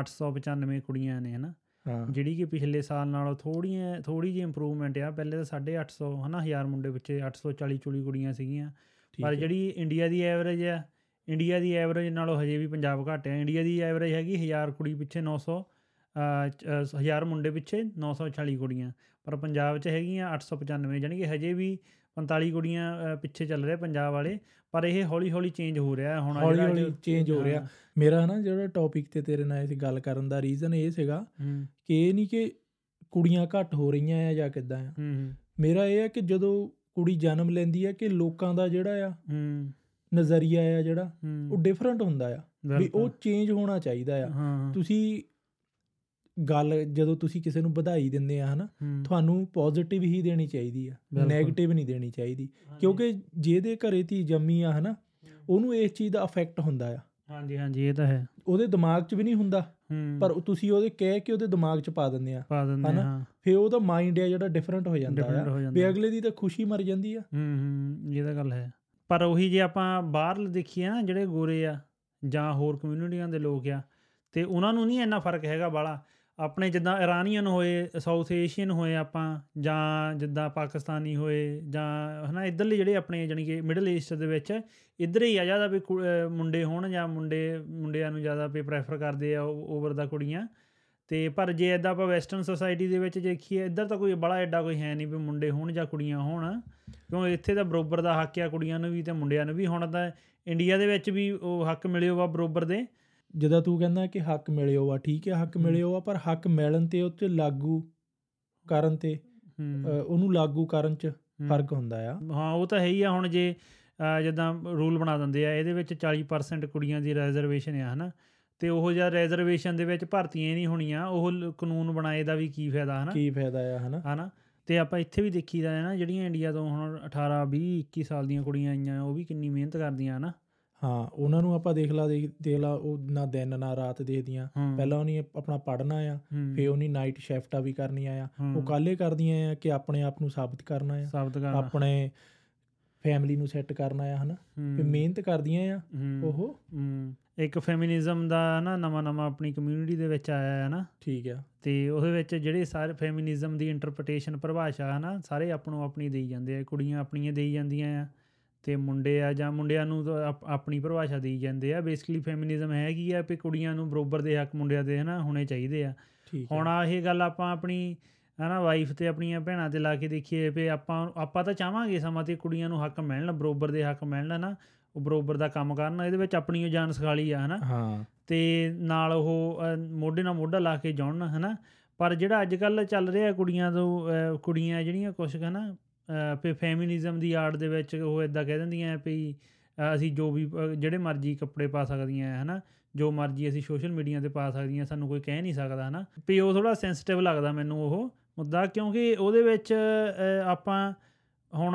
895 ਕੁੜੀਆਂ ਨੇ ਹਨਾ
ਹਾਂ
ਜਿਹੜੀ ਕਿ ਪਿਛਲੇ ਸਾਲ ਨਾਲੋਂ ਥੋੜੀਆਂ ਥੋੜੀ ਜਿਹੀ ਇੰਪਰੂਵਮੈਂਟ ਆ ਪਹਿਲੇ ਤਾਂ 850 ਹਨਾ 1000 ਮੁੰਡੇ ਵਿੱਚ 840 ਚੁਲੀ ਕੁੜੀਆਂ ਸੀਗੀਆਂ
ਠੀਕ
ਪਰ
ਹੈ।
ਜਿਹੜੀ ਇੰਡੀਆ ਦੀ ਐਵਰੇਜ ਆ ਇੰਡੀਆ ਦੀ ਐਵਰੇਜ ਨਾਲੋਂ ਹਜੇ ਵੀ ਪੰਜਾਬ ਘੱਟ ਆ ਇੰਡੀਆ ਦੀ ਐਵਰੇਜ ਹੈਗੀ 1000 ਕੁੜੀ ਪਿੱਛੇ 900 ਅ, ਚ- ਅ, 1000 ਮੁੰਡੇ ਪਿੱਛੇ 940 ਕੁੜੀਆਂ ਪਰ ਪੰਜਾਬ 'ਚ ਹੈਗੀਆਂ 895 ਜਾਣੀ ਕਿ ਹਜੇ ਵੀ 45 ਕੁੜੀਆਂ ਅ, ਪਿੱਛੇ ਚੱਲ ਰਹੇ ਪੰਜਾਬ ਵਾਲੇ ਪਰ ਇਹ ਹੌਲੀ ਹੌਲੀ ਚੇਂਜ ਹੋ ਰਿਹਾ ਹੁਣ ਆ ਜਿਹੜਾ
ਹੌਲੀ-ਹੌਲੀ
ਅੱਜ-
change ਹੋ ਰਿਹਾ।
ਹਾਂ,
ਮੇਰਾ ਨਾ ਜਿਹੜਾ ਟੌਪਿਕ ਤੇ ਤੇਰੇ ਨਾਲ ਇਸ ਗੱਲ ਕਰਨ ਦਾ ਰੀਜ਼ਨ ਇਹ ਸੀਗਾ
ਹੂੰ
ਕਿ ਇਹ ਨਹੀਂ ਕਿ ਕੁੜੀਆਂ ਘੱਟ ਹੋ ਰਹੀਆਂ ਆ ਜਾਂ ਕਿੱਦਾਂ ਆ
ਹੂੰ
ਮੇਰਾ ਇਹ ਆ ਕਿ ਜਦੋਂ ਕੁੜੀ ਜਨਮ ਲੈਂਦੀ ਆ ਕਿ ਲੋਕਾਂ ਦਾ ਜਿਹੜਾ ਆ
ਹੂੰ
ਨਜ਼ਰੀਆ ਆ ਜਿਹੜਾ
ਹੂੰ
ਉਹ ਡਿਫਰੈਂਟ ਹੁੰਦਾ ਆ ਵੀ ਉਹ ਚੇਂਜ ਹੋਣਾ ਚਾਹੀਦਾ ਆ
ਹਾਂ
ਤੁਸੀਂ ਗੱਲ ਜਦੋਂ ਤੁਸੀਂ ਕਿਸੇ ਨੂੰ ਵਧਾਈ ਦਿੰਦੇ ਆ ਹਨਾ
ਹੂੰ।
ਤੁਹਾਨੂੰ ਪੋਜ਼ਿਟਿਵ ਹੀ ਦੇਣੀ ਚਾਹੀਦੀ ਆ
ਬਿਲਕੁਲ।
네ਗੇਟਿਵ ਨਹੀਂ ਦੇਣੀ ਚਾਹੀਦੀ ਕਿਉਂਕਿ ਜਿਹਦੇ ਘਰੇ ਧੀ ਜੰਮੀ ਆ ਹਨਾ ਉਹਨੂੰ ਇਸ ਚੀਜ਼ ਦਾ ਅਫੈਕਟ ਹੁੰਦਾ ਆ
ਹਾਂਜੀ ਹਾਂਜੀ ਇਹ ਤਾਂ ਹੈ
ਉਹਦੇ ਦਿਮਾਗ 'ਚ ਵੀ ਨਹੀਂ ਹੁੰਦਾ
ਹੂੰ
ਪਰ ਉਹ ਤੁਸੀਂ ਉਹਦੇ ਕਹਿ ਕੇ ਉਹਦੇ ਦਿਮਾਗ 'ਚ ਪਾ ਦਿੰਦੇ ਆ
ਪਾ ਦਿੰਦੇ
ਹਨਾ?
ਹਾਂ
ਫਿਰ ਉਹਦਾ ਮਾਈਂਡ ਆ ਜਿਹੜਾ ਡਿਫਰੈਂਟ ਹੋ ਜਾਂਦਾ
ਡਿਫਰੈਂਟ
ਆ
ਹੋ
ਵੀ
ਜਾਂਦਾ
ਅਗਲੇ ਦੀ ਤਾਂ ਖੁਸ਼ੀ ਮਰ ਜਾਂਦੀ ਆ
ਹੂੰ ਹੂੰ ਇਹ ਤਾਂ ਗੱਲ ਹੈ ਪਰ ਉਹੀ ਜੇ ਆਪਾਂ ਬਾਹਰ ਦੇਖੀਏ ਨਾ ਜਿਹੜੇ ਗੋਰੇ ਆ ਜਾਂ ਹੋਰ ਕਮਿਊਨਿਟੀਆਂ ਦੇ ਲੋਕ ਆ ਤੇ ਉਹਨਾਂ ਨੂੰ ਨਹੀਂ ਇੰਨਾ ਫਰਕ ਹੈਗਾ ਬਾਲਾ ਆਪਣੇ ਜਿੱਦਾਂ ਇਰਾਨੀਅਨ ਹੋਏ ਸਾਊਥ ਏਸ਼ੀਅਨ ਹੋਏ ਆਪਾਂ ਜਾਂ ਜਿੱਦਾਂ ਪਾਕਿਸਤਾਨੀ ਹੋਏ ਜਾਂ ਹਨਾ ਇੱਧਰਲੇ ਜਿਹੜੇ ਆਪਣੇ ਜਾਣੀ ਕਿ ਮਿਡਲ ਈਸਟ ਦੇ ਵਿੱਚ ਇੱਧਰ ਹੀ ਆ ਜ਼ਿਆਦਾ ਵੀ ਕੁ- ਅਹ ਮੁੰਡੇ ਹੋਣ ਜਾਂ ਮੁੰਡੇ ਮੁੰਡਿਆਂ ਨੂੰ ਜ਼ਿਆਦਾ ਵੀ ਪ੍ਰੈਫਰ ਕਰਦੇ ਆ ਓਵਰ ਦਾ ਕੁੜੀਆਂ ਤੇ ਪਰ ਜੇ ਇਦਾਂ ਆਪਾਂ ਵੈਸਟਰਨ ਸੋਸਾਇਟੀ ਦੇ ਵਿੱਚ ਦੇਖੀਏ ਇੱਧਰ ਤਾਂ ਕੋਈ ਬੜਾ ਐਡਾ ਕੋਈ ਹੈ ਨਹੀਂ ਵੀ ਮੁੰਡੇ ਹੋਣ ਜਾਂ ਕੁੜੀਆਂ ਹੋਣ ਕਿਉਂ ਇੱਥੇ ਤਾਂ ਬਰੋਬਰ ਦਾ ਹੱਕ ਆ ਕੁੜੀਆਂ ਨੂੰ ਵੀ ਤੇ ਮੁੰਡਿਆਂ ਨੂੰ ਵੀ ਹੁਣ ਤਾਂ ਇੰਡੀਆ ਦੇ ਵਿੱਚ ਵੀ ਉਹ ਹੱਕ ਮਿਲਿਓ ਵਾ ਬਰੋਬਰ ਦੇ
ਜਿੱਦਾਂ ਤੂੰ ਕਹਿੰਦਾ ਕਿ ਹੱਕ ਮਿਲਿਓ ਆ ਠੀਕ ਹੈ ਹੱਕ
ਹਮ।
ਮਿਲਿਓ ਆ ਪਰ ਹੱਕ ਮਿਲਣ ਤੇ ਉੱਤੇ ਲਾਗੂ ਕਰਨ ਤੇ
ਹੂੰ,
ਅ, ਉਹਨੂੰ ਲਾਗੂ ਕਰਨ 'ਚ
ਹੂੰ।
ਫਰਕ ਹੁੰਦਾ ਆ
ਹਾਂ ਉਹ ਤਾਂ ਹੈ ਹੀ ਆ ਹੁਣ ਜੇ ਅਹ ਜਿੱਦਾਂ ਰੂਲ ਬਣਾ ਦਿੰਦੇ ਆ ਇਹਦੇ ਵਿੱਚ 40% ਕੁੜੀਆਂ ਦੀ ਰਿਜ਼ਰਵੇਸ਼ਨ ਆ ਹਨਾ ਤੇ ਉਹ ਜਿਹਾ ਰਿਜ਼ਰਵੇਸ਼ਨ ਦੇ ਵਿੱਚ ਭਰਤੀਆਂ ਹੀ ਨਹੀਂ ਹੋਣੀਆਂ ਉਹ ਲ- ਕਾਨੂੰਨ ਬਣਾਏ ਦਾ ਵੀ ਕੀ ਫਾਇਦਾ ਹਨਾ
ਕੀ ਫਾਇਦਾ ਆ ਹਨਾ
ਹਨਾ ਤੇ ਆਪਾਂ ਇੱਥੇ ਵੀ ਦੇਖੀਦਾ ਹੈ ਨਾ ਜਿਹੜੀਆਂ ਇੰਡੀਆ ਤੋਂ ਹੁਣ 18 20 21 ਸਾਲ ਦੀਆਂ ਕੁੜੀਆਂ ਆਈਆਂ ਉਹ ਵੀ ਕਿੰਨੀ ਮਿਹਨਤ ਕਰਦੀਆਂ ਹਨਾ
ਹਾਂ ਉਹਨਾਂ ਨੂੰ ਆਪਾਂ ਦੇਖ ਲਾ ਦੇਖ ਦੇਖ ਲਾ ਉਹ ਨਾ ਦਿਨ ਨਾ ਰਾਤ ਦੇਖਦੀਆਂ
ਹੂੰ,
ਪਹਿਲਾਂ ਉਹਨੇ ਆਪਣਾ ਪੜ੍ਹਨਾ ਆ
ਹੂੰ,
ਫੇ ਉਹਨੇ ਨਾਈਟ ਸ਼ਿਫਟਾਂ ਵੀ ਕਰਨੀਆਂ ਆ
ਹੂੰ,
ਉਹ ਕਾਲੇ ਕਰਦੀਆਂ ਆ ਕਿ ਆਪਣੇ ਆਪ ਨੂੰ ਸਾਬਤ ਕਰਨਾ ਆ
ਸਾਬਤ ਕਰਨਾ
ਆਪਣੇ ਫੈਮਿਲੀ ਨੂੰ ਸੈੱਟ ਕਰਨਾ ਆ ਹਨਾ
ਹੂੰ,
ਵੀ ਮਿਹਨਤ ਕਰਦੀਆਂ ਆ
ਹੂੰ,
ਉਹ
ਹੂੰ। ਇੱਕ ਫੈਮਿਨਿਜ਼ਮ ਦਾ ਨਾ ਨਵਾਂ ਨਵਾਂ ਆਪਣੀ ਕਮਿਊਨਿਟੀ ਦੇ ਵਿੱਚ ਆਇਆ ਹੈ ਨਾ
ਠੀਕ ਆ
ਤੇ ਉਹਦੇ ਵਿੱਚ ਜਿਹੜੇ ਸਾਰੇ ਫੈਮਿਨਿਜ਼ਮ ਦੀ ਇੰਟਰਪ੍ਰੀਟੇਸ਼ਨ ਪਰਿਭਾਸ਼ਾ ਹੈ ਨਾ ਸਾਰੇ ਆਪਣੋ ਆਪਣੀ ਦੇਈ ਜਾਂਦੇ ਆ ਕੁੜੀਆਂ ਆਪਣੀਆਂ ਦੇਈ ਜਾਂਦੀਆਂ ਆ ਤੇ ਮੁੰਡੇ ਆ ਜਾਂ ਮੁੰਡਿਆਂ ਨੂੰ ਤਾਂ ਆਪ- ਆਪਣੀ ਪਰਿਭਾਸ਼ਾ ਦੇਈ ਜਾਂਦੇ ਆ ਬੇਸਿਕਲੀ ਫੈਮਿਨਿਜ਼ਮ ਹੈ ਕੀ ਆ ਵੀ ਕੁੜੀਆਂ ਨੂੰ ਬਰੋਬਰ ਦੇ ਹੱਕ ਮੁੰਡਿਆਂ ਦੇ ਹਨਾ ਹੋਣੇ ਚਾਹੀਦੇ ਆ
ਠੀਕ ਆ
ਹੁਣ ਆਹ ਇਹ ਗੱਲ ਆਪਾਂ ਆਪਣੀ ਹਨਾ ਵਾਈਫ ਤੇ ਆਪਣੀਆਂ ਭੈਣਾਂ ਤੇ ਲਾ ਕੇ ਦੇਖੀਏ ਵੀ ਆਪਾਂ ਆਪਾਂ ਤਾਂ ਚਾਹਾਂਗੇ ਸਮਾਂ ਤੇ ਕੁੜੀਆਂ ਨੂੰ ਹੱਕ ਮਿਲਣ ਬਰੋਬਰ ਦੇ ਹੱਕ ਮਿਲਣ ਨਾ ਉਹ ਬਰੋਬਰ ਦਾ ਕੰਮ ਕਰਨ ਇਹਦੇ ਵਿੱਚ ਆਪਣੀ ਉਹ ਜਾਨ ਸਖਾਲੀ ਆ ਹਨਾ
ਹਾਂ
ਤੇ ਨਾਲ ਉਹ ਅ, ਮੋਢੇ ਨਾਲ ਮੋਢਾ ਲਾ ਕੇ ਜਾਣ ਹਨਾ ਪਰ ਜਿਹੜਾ ਅੱਜ ਕੱਲ ਚੱਲ ਰਿਹਾ ਕੁੜੀਆਂ ਤੋਂ ਅ, ਕੁੜੀਆਂ ਜਿਹੜੀਆਂ ਕੁਛ ਕੁ ਹਨਾ ਅ, ਵੀ ਫੈਮਿਨਿਜ਼ਮ ਦੀ ਆੜ ਦੇ ਵਿੱਚ ਉਹ ਇਦਾਂ ਕਹਿ ਦਿੰਦੀਆਂ ਵੀ ਅ, ਅਸੀਂ ਜੋ ਵੀ ਅ, ਜਿਹੜੇ ਮਰਜ਼ੀ ਕੱਪੜੇ ਪਾ ਸਕਦੀਆਂ ਆ, ਹਨਾ ਜੋ ਮਰਜ਼ੀ ਅਸੀਂ ਸੋਸ਼ਲ ਮੀਡੀਆ ਤੇ ਪਾ ਸਕਦੀਆਂ ਸਾਨੂੰ ਕੋਈ ਕਹਿ ਨਹੀਂ ਸਕਦਾ ਹਨਾ ਵੀ ਉਹ ਥੋੜਾ ਸੈਂਸਿਟਿਵ ਲੱਗਦਾ ਮੈਨੂੰ ਉਹ ਮੁੱਦਾ ਕਿਉਂਕਿ ਉਹਦੇ ਵਿੱਚ ਅ, ਆਪਾਂ ਹੁਣ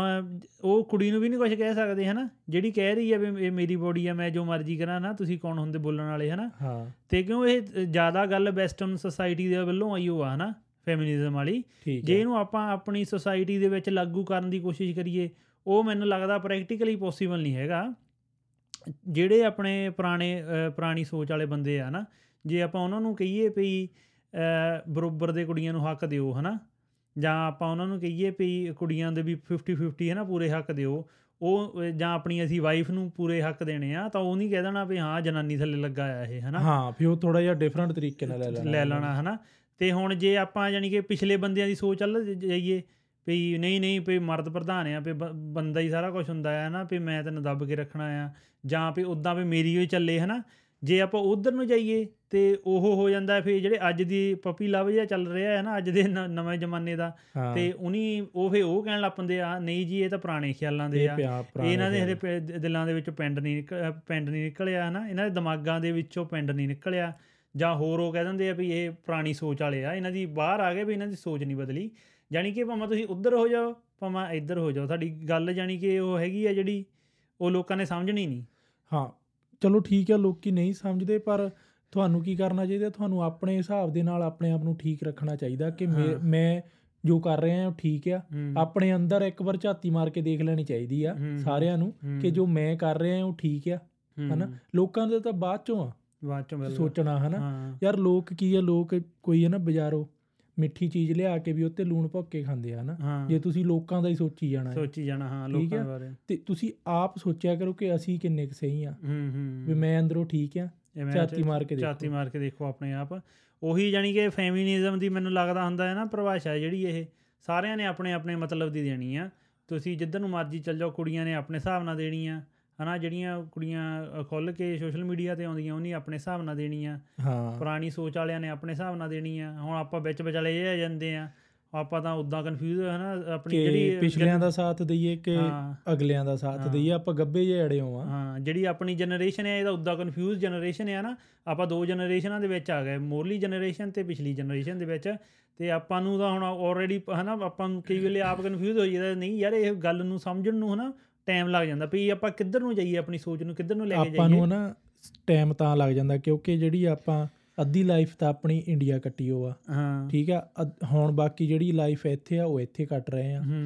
ਉਹ ਕੁੜੀ ਨੂੰ ਵੀ ਨਹੀਂ ਕੁਝ ਕਹਿ ਸਕਦੇ ਹਨਾ ਜਿਹੜੀ ਕਹਿ ਰਹੀ ਹੈ ਵੀ ਇਹ ਮੇਰੀ ਬੋਡੀ ਆ ਮੈਂ ਜੋ ਮਰਜ਼ੀ ਕਰਾਂ ਨਾ ਤੁਸੀਂ ਕੌਣ ਹੁੰਦੇ ਬੋਲਣ ਵਾਲੇ ਹਨਾ
ਹਾਂ
ਤੇ ਕਿਉਂ ਇਹ ਅ, ਜ਼ਿਆਦਾ ਗੱਲ ਵੈਸਟਰਨ ਸੁਸਾਇਟੀ ਦੇ ਵੱਲੋਂ ਆਈ ਹੋਆ ਹਨਾ ਫੈਮਿਨਿਜ਼ਮ ਵਾਲੀ
ਠੀਕ
ਜੇ
ਆ
ਇਹਨੂੰ ਆਪਾਂ ਆਪਣੀ ਸੁਸਾਇਟੀ ਦੇ ਵਿੱਚ ਲਾਗੂ ਕਰਨ ਦੀ ਕੋਸ਼ਿਸ਼ ਕਰੀਏ ਉਹ ਮੈਨੂੰ ਲੱਗਦਾ ਪ੍ਰੈਕਟੀਕਲੀ ਪੋਸੀਬਲ ਨਹੀਂ ਹੈਗਾ ਜਿਹੜੇ ਆਪਣੇ ਪੁਰਾਣੇ ਅ, ਪੁਰਾਣੀ ਸੋਚ ਵਾਲੇ ਬੰਦੇ ਆ ਨਾ ਜੇ ਆਪਾਂ ਉਹਨਾਂ ਨੂੰ ਕਹੀਏ ਵੀ ਅ, ਬਰੋਬਰ ਦੇ ਕੁੜੀਆਂ ਨੂੰ ਹੱਕ ਦਿਓ ਹਨਾ ਜਾਂ ਆਪਾਂ ਉਹਨਾਂ ਨੂੰ ਕਹੀਏ ਵੀ ਕੁੜੀਆਂ ਦੇ ਵੀ 50 50 ਹਨਾ ਪੂਰੇ ਹੱਕ ਦਿਓ ਉਹ ਅ, ਜਾਂ ਆਪਣੀ ਅਸੀਂ ਵਾਈਫ ਨੂੰ ਪੂਰੇ ਹੱਕ ਦੇਣੇ ਆ ਤਾਂ ਉਹ ਨਹੀਂ ਕਹਿ ਦੇਣਾ ਵੀ ਹਾਂ ਜਨਾਨੀ ਥੱਲੇ ਲੱਗਾ ਆ ਇਹ ਹਨਾ
ਹਾਂ ਫੇ ਉਹ ਥੋੜਾ ਜਿਹਾ ਡਿਫਰੈਂਟ ਤਰੀਕੇ ਨਾਲ ਲੈ ਲੈਣਾ
ਲੈ ਲੈਣਾ ਹਨਾ ਤੇ ਹੁਣ ਜੇ ਆਪਾਂ ਯਾਨੀ ਕਿ ਪਿਛਲੇ ਬੰਦਿਆਂ ਦੀ ਸੋਚ ਵੱਲ ਜ- ਜਾਈਏ ਵੀ ਨਹੀਂ ਨਹੀਂ ਵੀ ਮਰਦ ਪ੍ਰਧਾਨ ਆ ਵੀ ਬ- ਬੰਦਾ ਹੀ ਸਾਰਾ ਕੁਝ ਹੁੰਦਾ ਆ ਨਾ ਵੀ ਮੈਂ ਤੈਨੂੰ ਦੱਬ ਕੇ ਰੱਖਣਾ ਆ ਜਾਂ ਵੀ ਉਦਾਂ ਵੀ ਮੇਰੀ ਹੀ ਚੱਲੇ ਹਨਾ ਜੇ ਆਪਾਂ ਉਧਰ ਨੂੰ ਜਾਈਏ ਤੇ ਉਹ ਹੋ ਜਾਂਦਾ ਫਿਰ ਜਿਹੜੇ ਅੱਜ ਦੀ ਪਪੀ ਲਵ ਜਿਹਾ ਚੱਲ ਰਿਹਾ ਹੈ ਨਾ ਅੱਜ ਦੇ ਨ- ਨਵੇਂ ਜ਼ਮਾਨੇ ਦਾ
ਹਾਂ
ਤੇ ਉਨੀ ਉਹ ਫੇ ਉਹ ਕਹਿਣ ਲੱਗ ਪੈਂਦੇ ਆ ਨਹੀਂ ਜੀ ਇਹ ਤਾਂ ਪੁਰਾਣੇ ਖਿਆਲਾਂ ਦੇ
ਇਹ
ਆ
ਪਿਆ ਪੁਰਾਣੇ
ਇਹਨਾਂ ਦੇ
ਖਿਆਲ।
ਹਰੇ ਪੈ- ਦ- ਦਿਲਾਂ ਦੇ ਵਿੱਚੋਂ ਪਿੰਡ ਨਹੀਂ ਨਿਕ- ਅਹ ਪਿੰਡ ਨਹੀਂ ਨਿਕਲਿਆ ਹਨਾ ਇਹਨਾਂ ਦੇ ਦਿਮਾਗਾਂ ਦੇ ਵਿੱਚੋਂ ਪਿੰਡ ਨਹੀਂ ਨਿਕਲਿਆ ਜਾਂ ਹੋਰ ਉਹ ਕਹਿ ਦਿੰਦੇ ਆ ਵੀ ਇਹ ਪੁਰਾਣੀ ਸੋਚ ਵਾਲੇ ਆ ਇਹਨਾਂ ਦੀ ਬਾਹਰ ਆ ਗਏ ਵੀ ਇਹਨਾਂ ਦੀ ਸੋਚ ਨਹੀਂ ਬਦਲੀ ਯਾਨੀ ਕਿ ਭਾਵੇਂ ਤੁਸੀਂ ਉੱਧਰ ਹੋ ਜਾਓ ਭਾਵੇਂ ਇੱਧਰ ਹੋ ਜਾਓ ਤੁਹਾਡੀ ਗੱਲ ਯਾਨੀ ਕਿ ਉਹ ਹੈਗੀ ਆ ਜਿਹੜੀ ਉਹ ਲੋਕਾਂ ਨੇ ਸਮਝਣੀ ਨਹੀਂ
ਹਾਂ ਚਲੋ ਠੀਕ ਆ ਲੋਕੀ ਨਹੀਂ ਸਮਝਦੇ ਪਰ ਤੁਹਾਨੂੰ ਕੀ ਕਰਨਾ ਚਾਹੀਦਾ ਤੁਹਾਨੂੰ ਆਪਣੇ ਹਿਸਾਬ ਦੇ ਨਾਲ ਆਪਣੇ ਆਪ ਨੂੰ ਠੀਕ ਰੱਖਣਾ ਚਾਹੀਦਾ ਕਿ ਮੇ-
ਹਾਂ।
ਮੈਂ ਜੋ ਕਰ ਰਿਹਾ ਉਹ ਠੀਕ ਆ
ਹੂੰ,
ਆਪਣੇ ਅੰਦਰ ਇੱਕ ਵਾਰ ਝਾਤੀ ਮਾਰ ਕੇ ਦੇਖ ਲੈਣੀ ਚਾਹੀਦੀ ਆ
ਹੂੰ।
ਸਾਰਿਆਂ ਨੂੰ
ਹੂੰ,
ਕਿ ਜੋ ਮੈਂ ਕਰ ਰਿਹਾ ਉਹ ਠੀਕ ਆ
ਹੂੰ,
ਹਨਾ? ਲੋਕਾਂ ਦਾ ਤਾਂ ਬਾਅਦ ਚੋਂ ਆ
ਬਾਅਦ ਚੋਂ ਮਿਲ
ਸੋਚਣਾ ਹਨਾ
ਹਾਂ
ਯਾਰ ਲੋਕ ਕੀ ਆ ਲੋਕ ਕੋਈ ਹੈ ਨਾ ਬਾਜ਼ਾਰੋਂ ਮਿੱਠੀ ਚੀਜ਼ ਲਿਆ ਕੇ ਵੀ ਉੱਤੇ ਲੂਣ ਭੁੱਕੇ ਖਾਂਦੇ ਆ ਹਨਾ
ਹਾਂ
ਜੇ ਤੁਸੀਂ ਲੋਕਾਂ ਦਾ ਹੀ ਸੋਚੀ ਜਾਣਾ ਹੈ,
ਸੋਚੀ ਜਾਣਾ ਹਾਂ
ਠੀਕ
ਲੋਕਾਂ
ਆ।
ਬਾਰੇ
ਤੇ ਤੁਸੀਂ ਆਪ ਸੋਚਿਆ ਕਰੋ ਕਿ ਅਸੀਂ ਕਿੰਨੇ ਕੁ ਸਹੀ ਆ
ਹੂੰ ਹੂੰ
ਵੀ ਮੈਂ ਅੰਦਰੋਂ ਠੀਕ ਆ
ਇਵੇਂ
ਝਾਤੀ ਮਾਰ ਕੇ
ਝਾਤੀ
ਦੇਖੋ
ਮਾਰ ਕੇ ਦੇਖੋ ਆਪਣੇ ਆਪ ਉਹੀ ਜਾਨੀ ਕਿ ਫੈਮਿਨਿਜ਼ਮ ਦੀ ਮੈਨੂੰ ਲੱਗਦਾ ਹੁੰਦਾ ਹੈ ਨਾ ਪਰਿਭਾਸ਼ਾ ਜਿਹੜੀ ਇਹ ਸਾਰਿਆਂ ਨੇ ਆਪਣੇ ਆਪਣੇ ਮਤਲਬ ਦੀ ਦੇਣੀ ਆ ਤੁਸੀਂ ਜਿੱਧਰ ਨੂੰ ਮਰਜ਼ੀ ਚੱਲ ਜਾਓ ਕੁੜੀਆਂ ਨੇ ਆਪਣੇ ਹਿਸਾਬ ਨਾਲ ਦੇਣੀ ਆ ਹਨਾ ਜਿਹੜੀਆਂ ਕੁੜੀਆਂ ਖੁੱਲ ਕੇ ਸੋਸ਼ਲ ਮੀਡੀਆ ਤੇ ਆਉਂਦੀਆਂ ਉਹਨੇ ਆਪਣੇ ਹਿਸਾਬ ਨਾਲ ਦੇਣੀ ਆ
ਹਾਂ
ਪੁਰਾਣੀ ਸੋਚ ਵਾਲਿਆਂ ਨੇ ਆਪਣੇ ਹਿਸਾਬ ਨਾਲ ਦੇਣੀ ਆ ਹੁਣ ਆਪਾਂ ਵਿੱਚ ਵਿਚਾਲੇ ਇਹ ਆ ਜਾਂਦੇ ਆ ਆਪਾਂ ਤਾਂ ਉਦਾਂ ਕਨਫਿਊਜ਼ ਹਨਾ ਆਪਣੀ
ਕਿ
ਜਿਹੜੀ
ਪਿਛਲਿਆਂ ਦਾ ਸਾਥ ਦਈਏ ਕਿ
ਹਾਂ
ਅਗਲਿਆਂ ਦਾ ਸਾਥ
ਹਾਂ।
ਦਈਏ ਆਪਾਂ ਗੱਬੇ ਜਿਹੇ ਅੜਿਓ ਆ
ਹਾਂ ਜਿਹੜੀ ਆਪਣੀ ਜਨਰੇਸ਼ਨ ਹੈ ਇਹਦਾ ਉਦਾਂ ਕਨਫਿਊਜ਼ ਜਨਰੇਸ਼ਨ ਹੈ ਨਾ ਆਪਾਂ ਦੋ ਜਨਰੇਸ਼ਨਾਂ ਦੇ ਵਿੱਚ ਆ ਗਏ ਮੋਰਲੀ ਜਨਰੇਸ਼ਨ ਤੇ ਪਿਛਲੀ ਜਨਰੇਸ਼ਨ ਦੇ ਵਿੱਚ ਤੇ ਆਪਾਂ ਨੂੰ ਤਾਂ ਹੁਣ ਆਲਰੇਡੀ ਹਨਾ ਆਪਾਂ ਨੂੰ ਕਈ ਵੇਲੇ ਆਪ ਕਨਫਿਊਜ਼ ਹੋ ਜਾਂਦਾ ਨਹੀਂ ਯਾਰ ਇਹ ਗੱਲ ਨੂੰ ਸਮਝਣ ਨੂੰ ਹਨਾ ਟਾਈਮ ਲੱਗ ਜਾਂਦਾ ਵੀ ਆਪਾਂ ਕਿੱਧਰ ਨੂੰ ਜਾਈਏ ਆਪਣੀ ਸੋਚ ਨੂੰ ਕਿੱਧਰ ਨੂੰ ਲੈ ਕੇ
ਆਪਾਂ
ਜਾਈਏ
ਨੂੰ ਨਾ ਟਾਈਮ ਤਾਂ ਲੱਗ ਜਾਂਦਾ ਕਿਉਂਕਿ ਜਿਹੜੀ ਆਪਾਂ ਅੱਧੀ ਲਾਈਫ ਤਾਂ ਆਪਣੀ ਇੰਡੀਆ ਕੱਟੀ ਓ ਆ
ਹਾਂ
ਠੀਕ ਆ ਅੱਧ- ਹੁਣ ਬਾਕੀ ਜਿਹੜੀ ਲਾਈਫ ਇੱਥੇ ਆ ਉਹ ਇੱਥੇ ਕੱਟ ਰਹੇ ਆ
ਹੂੰ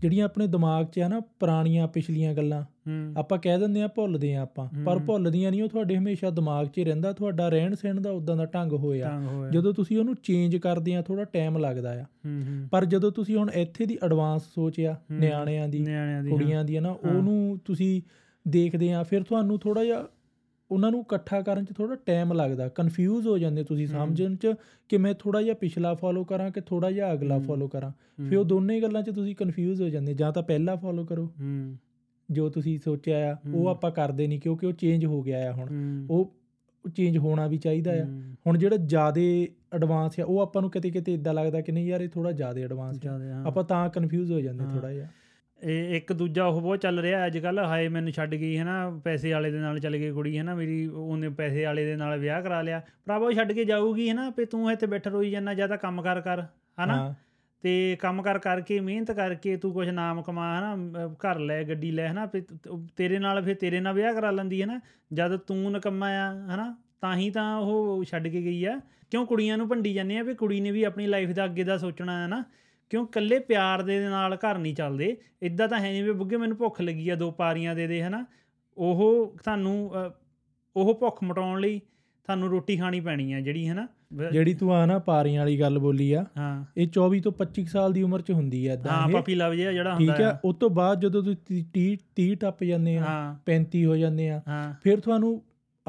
ਜਿਹੜੀਆਂ ਆਪਣੇ ਦਿਮਾਗ 'ਚ ਆ ਨਾ ਪੁਰਾਣੀਆਂ ਪਿਛਲੀਆਂ ਗੱਲਾਂ
ਹੂੰ
ਆਪਾਂ ਕਹਿ ਦਿੰਦੇ ਆ ਭੁੱਲਦੇ ਆ ਆਪਾਂ ਪਰ
ਹੂੰ।
ਭੁੱਲਦੀਆਂ ਨਹੀਂ ਉਹ ਤੁਹਾਡੇ ਹਮੇਸ਼ਾ ਦਿਮਾਗ 'ਚ ਹੀ ਰਹਿੰਦਾ ਤੁਹਾਡਾ ਰਹਿਣ ਸਹਿਣ ਦਾ ਉਦਾਂ ਦਾ ਢੰਗ ਹੋਇਆ
ਤੰਗ ਹੋਇਆ
ਜਦੋਂ ਤੁਸੀਂ ਉਹਨੂੰ ਚੇਂਜ ਕਰਦੇ ਆ ਥੋੜਾ ਟਾਈਮ ਲੱਗਦਾ ਆ
ਹੂੰ ਹੂੰ
ਪਰ ਜਦੋਂ ਤੁਸੀਂ ਹੁਣ ਇੱਥੇ ਦੀ ਐਡਵਾਂਸ ਸੋਚ ਆ
ਹੂੰ।
ਨਿਆਣਿਆਂ ਦੀ
ਨਿਆਣਿਆਂ ਦੀ ਹਾਂ।
ਕੁੜੀਆਂ ਦੀ ਹੈ ਨਾ
ਹਾਂ।
ਉਹਨੂੰ ਤੁਸੀਂ ਦੇਖਦੇ ਆ ਫਿਰ ਤੁਹਾਨੂੰ ਥੋੜਾ ਜਿਹਾ ਉਹਨਾਂ ਨੂੰ ਇਕੱਠਾ ਕਰਨ 'ਚ ਥੋੜਾ ਟਾਈਮ ਲੱਗਦਾ ਕਨਫਿਊਜ਼ ਹੋ ਜਾਂਦੇ ਤੁਸੀਂ
ਹਮ।
ਸਮਝਣ 'ਚ ਕਿ ਮੈਂ ਥੋੜਾ ਜਿਹਾ ਪਿਛਲਾ ਫਾਲੋ ਕਰਾਂ ਕਿ ਥੋੜਾ ਜਿਹਾ ਅਗਲਾ
ਹਮ।
ਫਾਲੋ ਕਰਾਂ
ਹੂੰ,
ਫਿਰ ਉਹ ਦੋਨੇ ਗੱਲਾਂ 'ਚ ਤੁਸੀਂ ਕਨਫਿਊਜ਼ ਹੋ ਜਾਂਦੇ ਜਾਂ ਤਾਂ ਪਹਿਲਾ ਫਾਲੋ ਕਰੋ
ਹੂੰ
ਜੋ ਤੁਸੀਂ ਸੋਚਿਆ ਆ
ਹਮ।
ਉਹ ਆਪਾਂ ਕਰਦੇ ਨਹੀਂ ਕਿਉਂਕਿ ਉਹ ਚੇਂਜ ਹੋ ਗਿਆ ਆ ਹੁਣ
ਹੂੰ
ਉਹ ਚੇਂਜ ਹੋਣਾ ਵੀ ਚਾਹੀਦਾ ਆ
ਹੂੰ,
ਹੁਣ ਜਿਹੜਾ ਜਿਆਦੇ ਐਡਵਾਂਸ ਆ ਉਹ ਆਪਾਂ ਨੂੰ ਕਿਤੇ ਕਿਤੇ ਇਦਾਂ ਲੱਗਦਾ ਕਿ ਨਹੀਂ ਯਾਰ ਇਹ ਥੋੜਾ ਜਿਆਦੇ ਐਡਵਾਂਸ ਆ
ਜ਼ਿਆਦਾ, ਹਾਂ।
ਆਪਾਂ ਤਾਂ ਕਨਫਿਊਜ਼ ਹੋ ਜਾਂਦੇ
ਹਾਂ।
ਥੋੜਾ ਜਿਹਾ
ਇਹ ਇੱਕ ਦੂਜਾ ਉਹ ਬਹੁਤ ਚੱਲ ਰਿਹਾ ਅੱਜ ਕੱਲ ਹਾਏ ਮੈਨੂੰ ਛੱਡ ਗਈ ਹੈ ਨਾ ਪੈਸੇ ਵਾਲੇ ਦੇ ਨਾਲ ਚੱਲ ਗਈ ਕੁੜੀ ਹੈ ਨਾ ਮੇਰੀ ਉਹਨੇ ਪੈਸੇ ਵਾਲੇ ਦੇ ਨਾਲ ਵਿਆਹ ਕਰਾ ਲਿਆ ਭਰਾਵਾ ਉਹ ਛੱਡ ਕੇ ਜਾਊਗੀ ਹੈ ਨਾ ਵੀ ਤੂੰ ਇੱਥੇ ਬੈਠਾ ਰੋਈ ਜਾਂਦਾ ਜਿਆਦਾ ਕੰਮ ਕਰ ਕਰ ਹੈ ਨਾ
ਹਾਂ,
ਤੇ ਕੰਮ ਕਰ ਕਰਕੇ ਮਿਹਨਤ ਕਰਕੇ ਤੂੰ ਕੁਝ ਨਾਮ ਕਮਾ ਹੈ ਨਾ ਅਮ, ਘਰ ਲੈ ਗੱਡੀ ਲੈ ਹੈ ਨਾ ਵੀ ਤ- ਤ- ਤੇਰੇ ਨਾਲ ਫਿਰ ਤੇਰੇ ਨਾਲ ਵਿਆਹ ਕਰਾ ਲੈਂਦੀ ਹੈ ਨਾ ਜਦ ਤੂੰ ਨਕਮਾ ਆ ਹੈ ਨਾ ਤਾਂ ਹੀ ਤਾਂ ਉਹ ਛੱਡ ਕੇ ਗਈ ਆ ਕਿਉਂ ਕੁੜੀਆਂ ਨੂੰ ਭੰਡੀ ਜਾਂਦੇ ਆ ਵੀ ਕੁੜੀ ਨੇ ਵੀ ਆਪਣੀ ਲਾਈਫ ਦਾ ਅੱਗੇ ਦਾ ਸੋਚਣਾ ਹੈ ਨਾ ਕਿਉਂ ਕੱਲੇ ਪਿਆਰ ਦੇ ਨਾਲ ਘਰ ਨਹੀਂ ਚੱਲਦੇ ਇਦਾਂ ਤਾਂ ਹੈ ਨਹੀਂ ਵੀ ਬੁੱਗੇ ਮੈਨੂੰ ਭੁੱਖ ਲੱਗੀ ਆ ਦੋ ਪਾਰੀਆਂ ਦੇ ਦੇ ਹਨਾ ਉਹ ਤੁਹਾਨੂੰ ਅ, ਉਹ ਭੁੱਖ ਮਟਾਉਣ ਲਈ ਤੁਹਾਨੂੰ ਰੋਟੀ ਖਾਣੀ ਪੈਣੀ ਆ ਜਿਹੜੀ ਹਨਾ ਵ-
ਜਿਹੜੀ ਤੂੰ ਆ ਨਾ ਪਾਰੀਆਂ ਵਾਲੀ ਗੱਲ ਬੋਲੀ ਆ
ਹਾਂ
ਇਹ 24 ਤੋਂ 25 ਸਾਲ ਦੀ ਉਮਰ 'ਚ ਹੁੰਦੀ ਆ ਇਦਾਂ
ਹਾਂ
ਇਹ
ਪਪੀ ਲਵ ਜਿਹਾ ਜਿਹੜਾ ਹੁੰਦਾ
ਠੀਕ ਆ ਉਸ ਤੋਂ ਬਾਅਦ ਜਦੋਂ ਤੁਸੀਂ 30 30 ਟੱਪ ਜਾਂਦੇ ਆ
ਹਾਂ
35 ਹੋ ਜਾਂਦੇ ਆ
ਹਾਂ
ਫਿਰ ਤੁਹਾਨੂੰ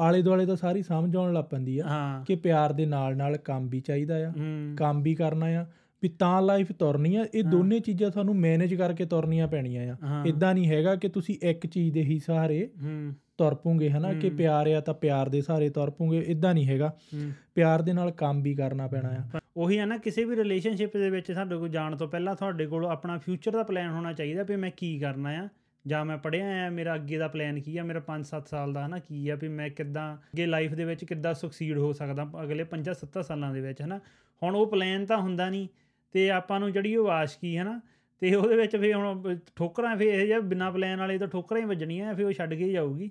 ਆਲੇ ਦੁਆਲੇ ਦਾ ਸਾਰੀ ਸਮਝ ਆਉਣ ਲੱਗ ਪੈਂਦੀ ਆ
ਹਾਂ
ਕਿ ਪਿਆਰ ਦੇ ਨਾਲ ਨਾਲ ਕੰਮ ਵੀ ਚਾਹੀਦਾ ਆ
ਹੂੰ,
ਕੰਮ ਵੀ ਕਰਨਾ ਆ ਵੀ ਤਾਂ ਲਾਈਫ ਤੁਰਨੀ ਆ ਇਹ
ਹਾਂ।
ਦੋਨੇ ਚੀਜ਼ਾਂ ਤੁਹਾਨੂੰ ਮੈਨੇਜ ਕਰਕੇ ਤੁਰਨੀਆਂ ਪੈਣੀਆਂ ਆ
ਹਾਂ
ਇਦਾਂ ਨਹੀਂ ਹੈਗਾ ਕਿ ਤੁਸੀਂ ਇੱਕ ਚੀਜ਼ ਦੇ ਹੀ ਸਹਾਰੇ
ਹੂੰ
ਤੁਰ ਪੂਗੇ ਹਨਾ ਕਿ
ਹਮ।
ਪਿਆਰ ਆ ਤਾਂ ਪਿਆਰ ਦੇ ਸਹਾਰੇ ਤੁਰ ਪੂਗੇ ਇਦਾਂ ਨਹੀਂ ਹੈਗਾ
ਹੂੰ
ਪਿਆਰ ਦੇ ਨਾਲ ਕੰਮ ਵੀ ਕਰਨਾ ਪੈਣਾ ਆ
ਉਹੀ ਆ ਨਾ ਕਿਸੇ ਵੀ ਰਿਲੇਸ਼ਨਸ਼ਿਪ ਦੇ ਵਿੱਚ ਸਾਡੇ ਕੋਲ ਜਾਣ ਤੋਂ ਪਹਿਲਾਂ ਤੁਹਾਡੇ ਕੋਲ ਆਪਣਾ ਫਿਊਚਰ ਦਾ ਪਲਾਨ ਹੋਣਾ ਚਾਹੀਦਾ ਵੀ ਮੈਂ ਕੀ ਕਰਨਾ ਆ ਜਾਂ ਮੈਂ ਪੜ੍ਹਿਆ ਆ ਮੇਰਾ ਅੱਗੇ ਦਾ ਪਲਾਨ ਕੀ ਆ ਮੇਰਾ 5-7 ਸਾਲ ਦਾ ਹਨਾ ਕੀ ਆ ਵੀ ਮੈਂ ਕਿੱਦਾਂ ਅੱਗੇ ਲਾਈਫ ਦੇ ਵਿੱਚ ਕਿੱਦਾਂ ਸਕਸੀਡ ਹੋ ਸਕਦਾ ਅਗਲੇ 5-7 ਸਾਲਾਂ ਦੇ ਵਿੱਚ ਹਨਾ ਹੁਣ ਉਹ ਪਲਾਨ ਤਾਂ ਹੁੰਦਾ ਨਹੀਂ ਤੇ ਆਪਾਂ ਨੂੰ ਜਿਹੜੀ ਉਹ ਆਸ਼ਕੀ ਹਨਾ ਤੇ ਉਹਦੇ ਵਿੱਚ ਫੇ ਹੁਣ ਠੋਕਰਾਂ ਫੇ ਇਹ ਜਿਹਾ ਬਿਨਾ ਪਲਾਨ ਵਾਲੇ ਤਾਂ ਠੋਕਰਾਂ ਹੀ ਵੱਜਣੀਆਂ ਫੇ ਉਹ ਛੱਡ ਕੇ ਹੀ ਜਾਊਗੀ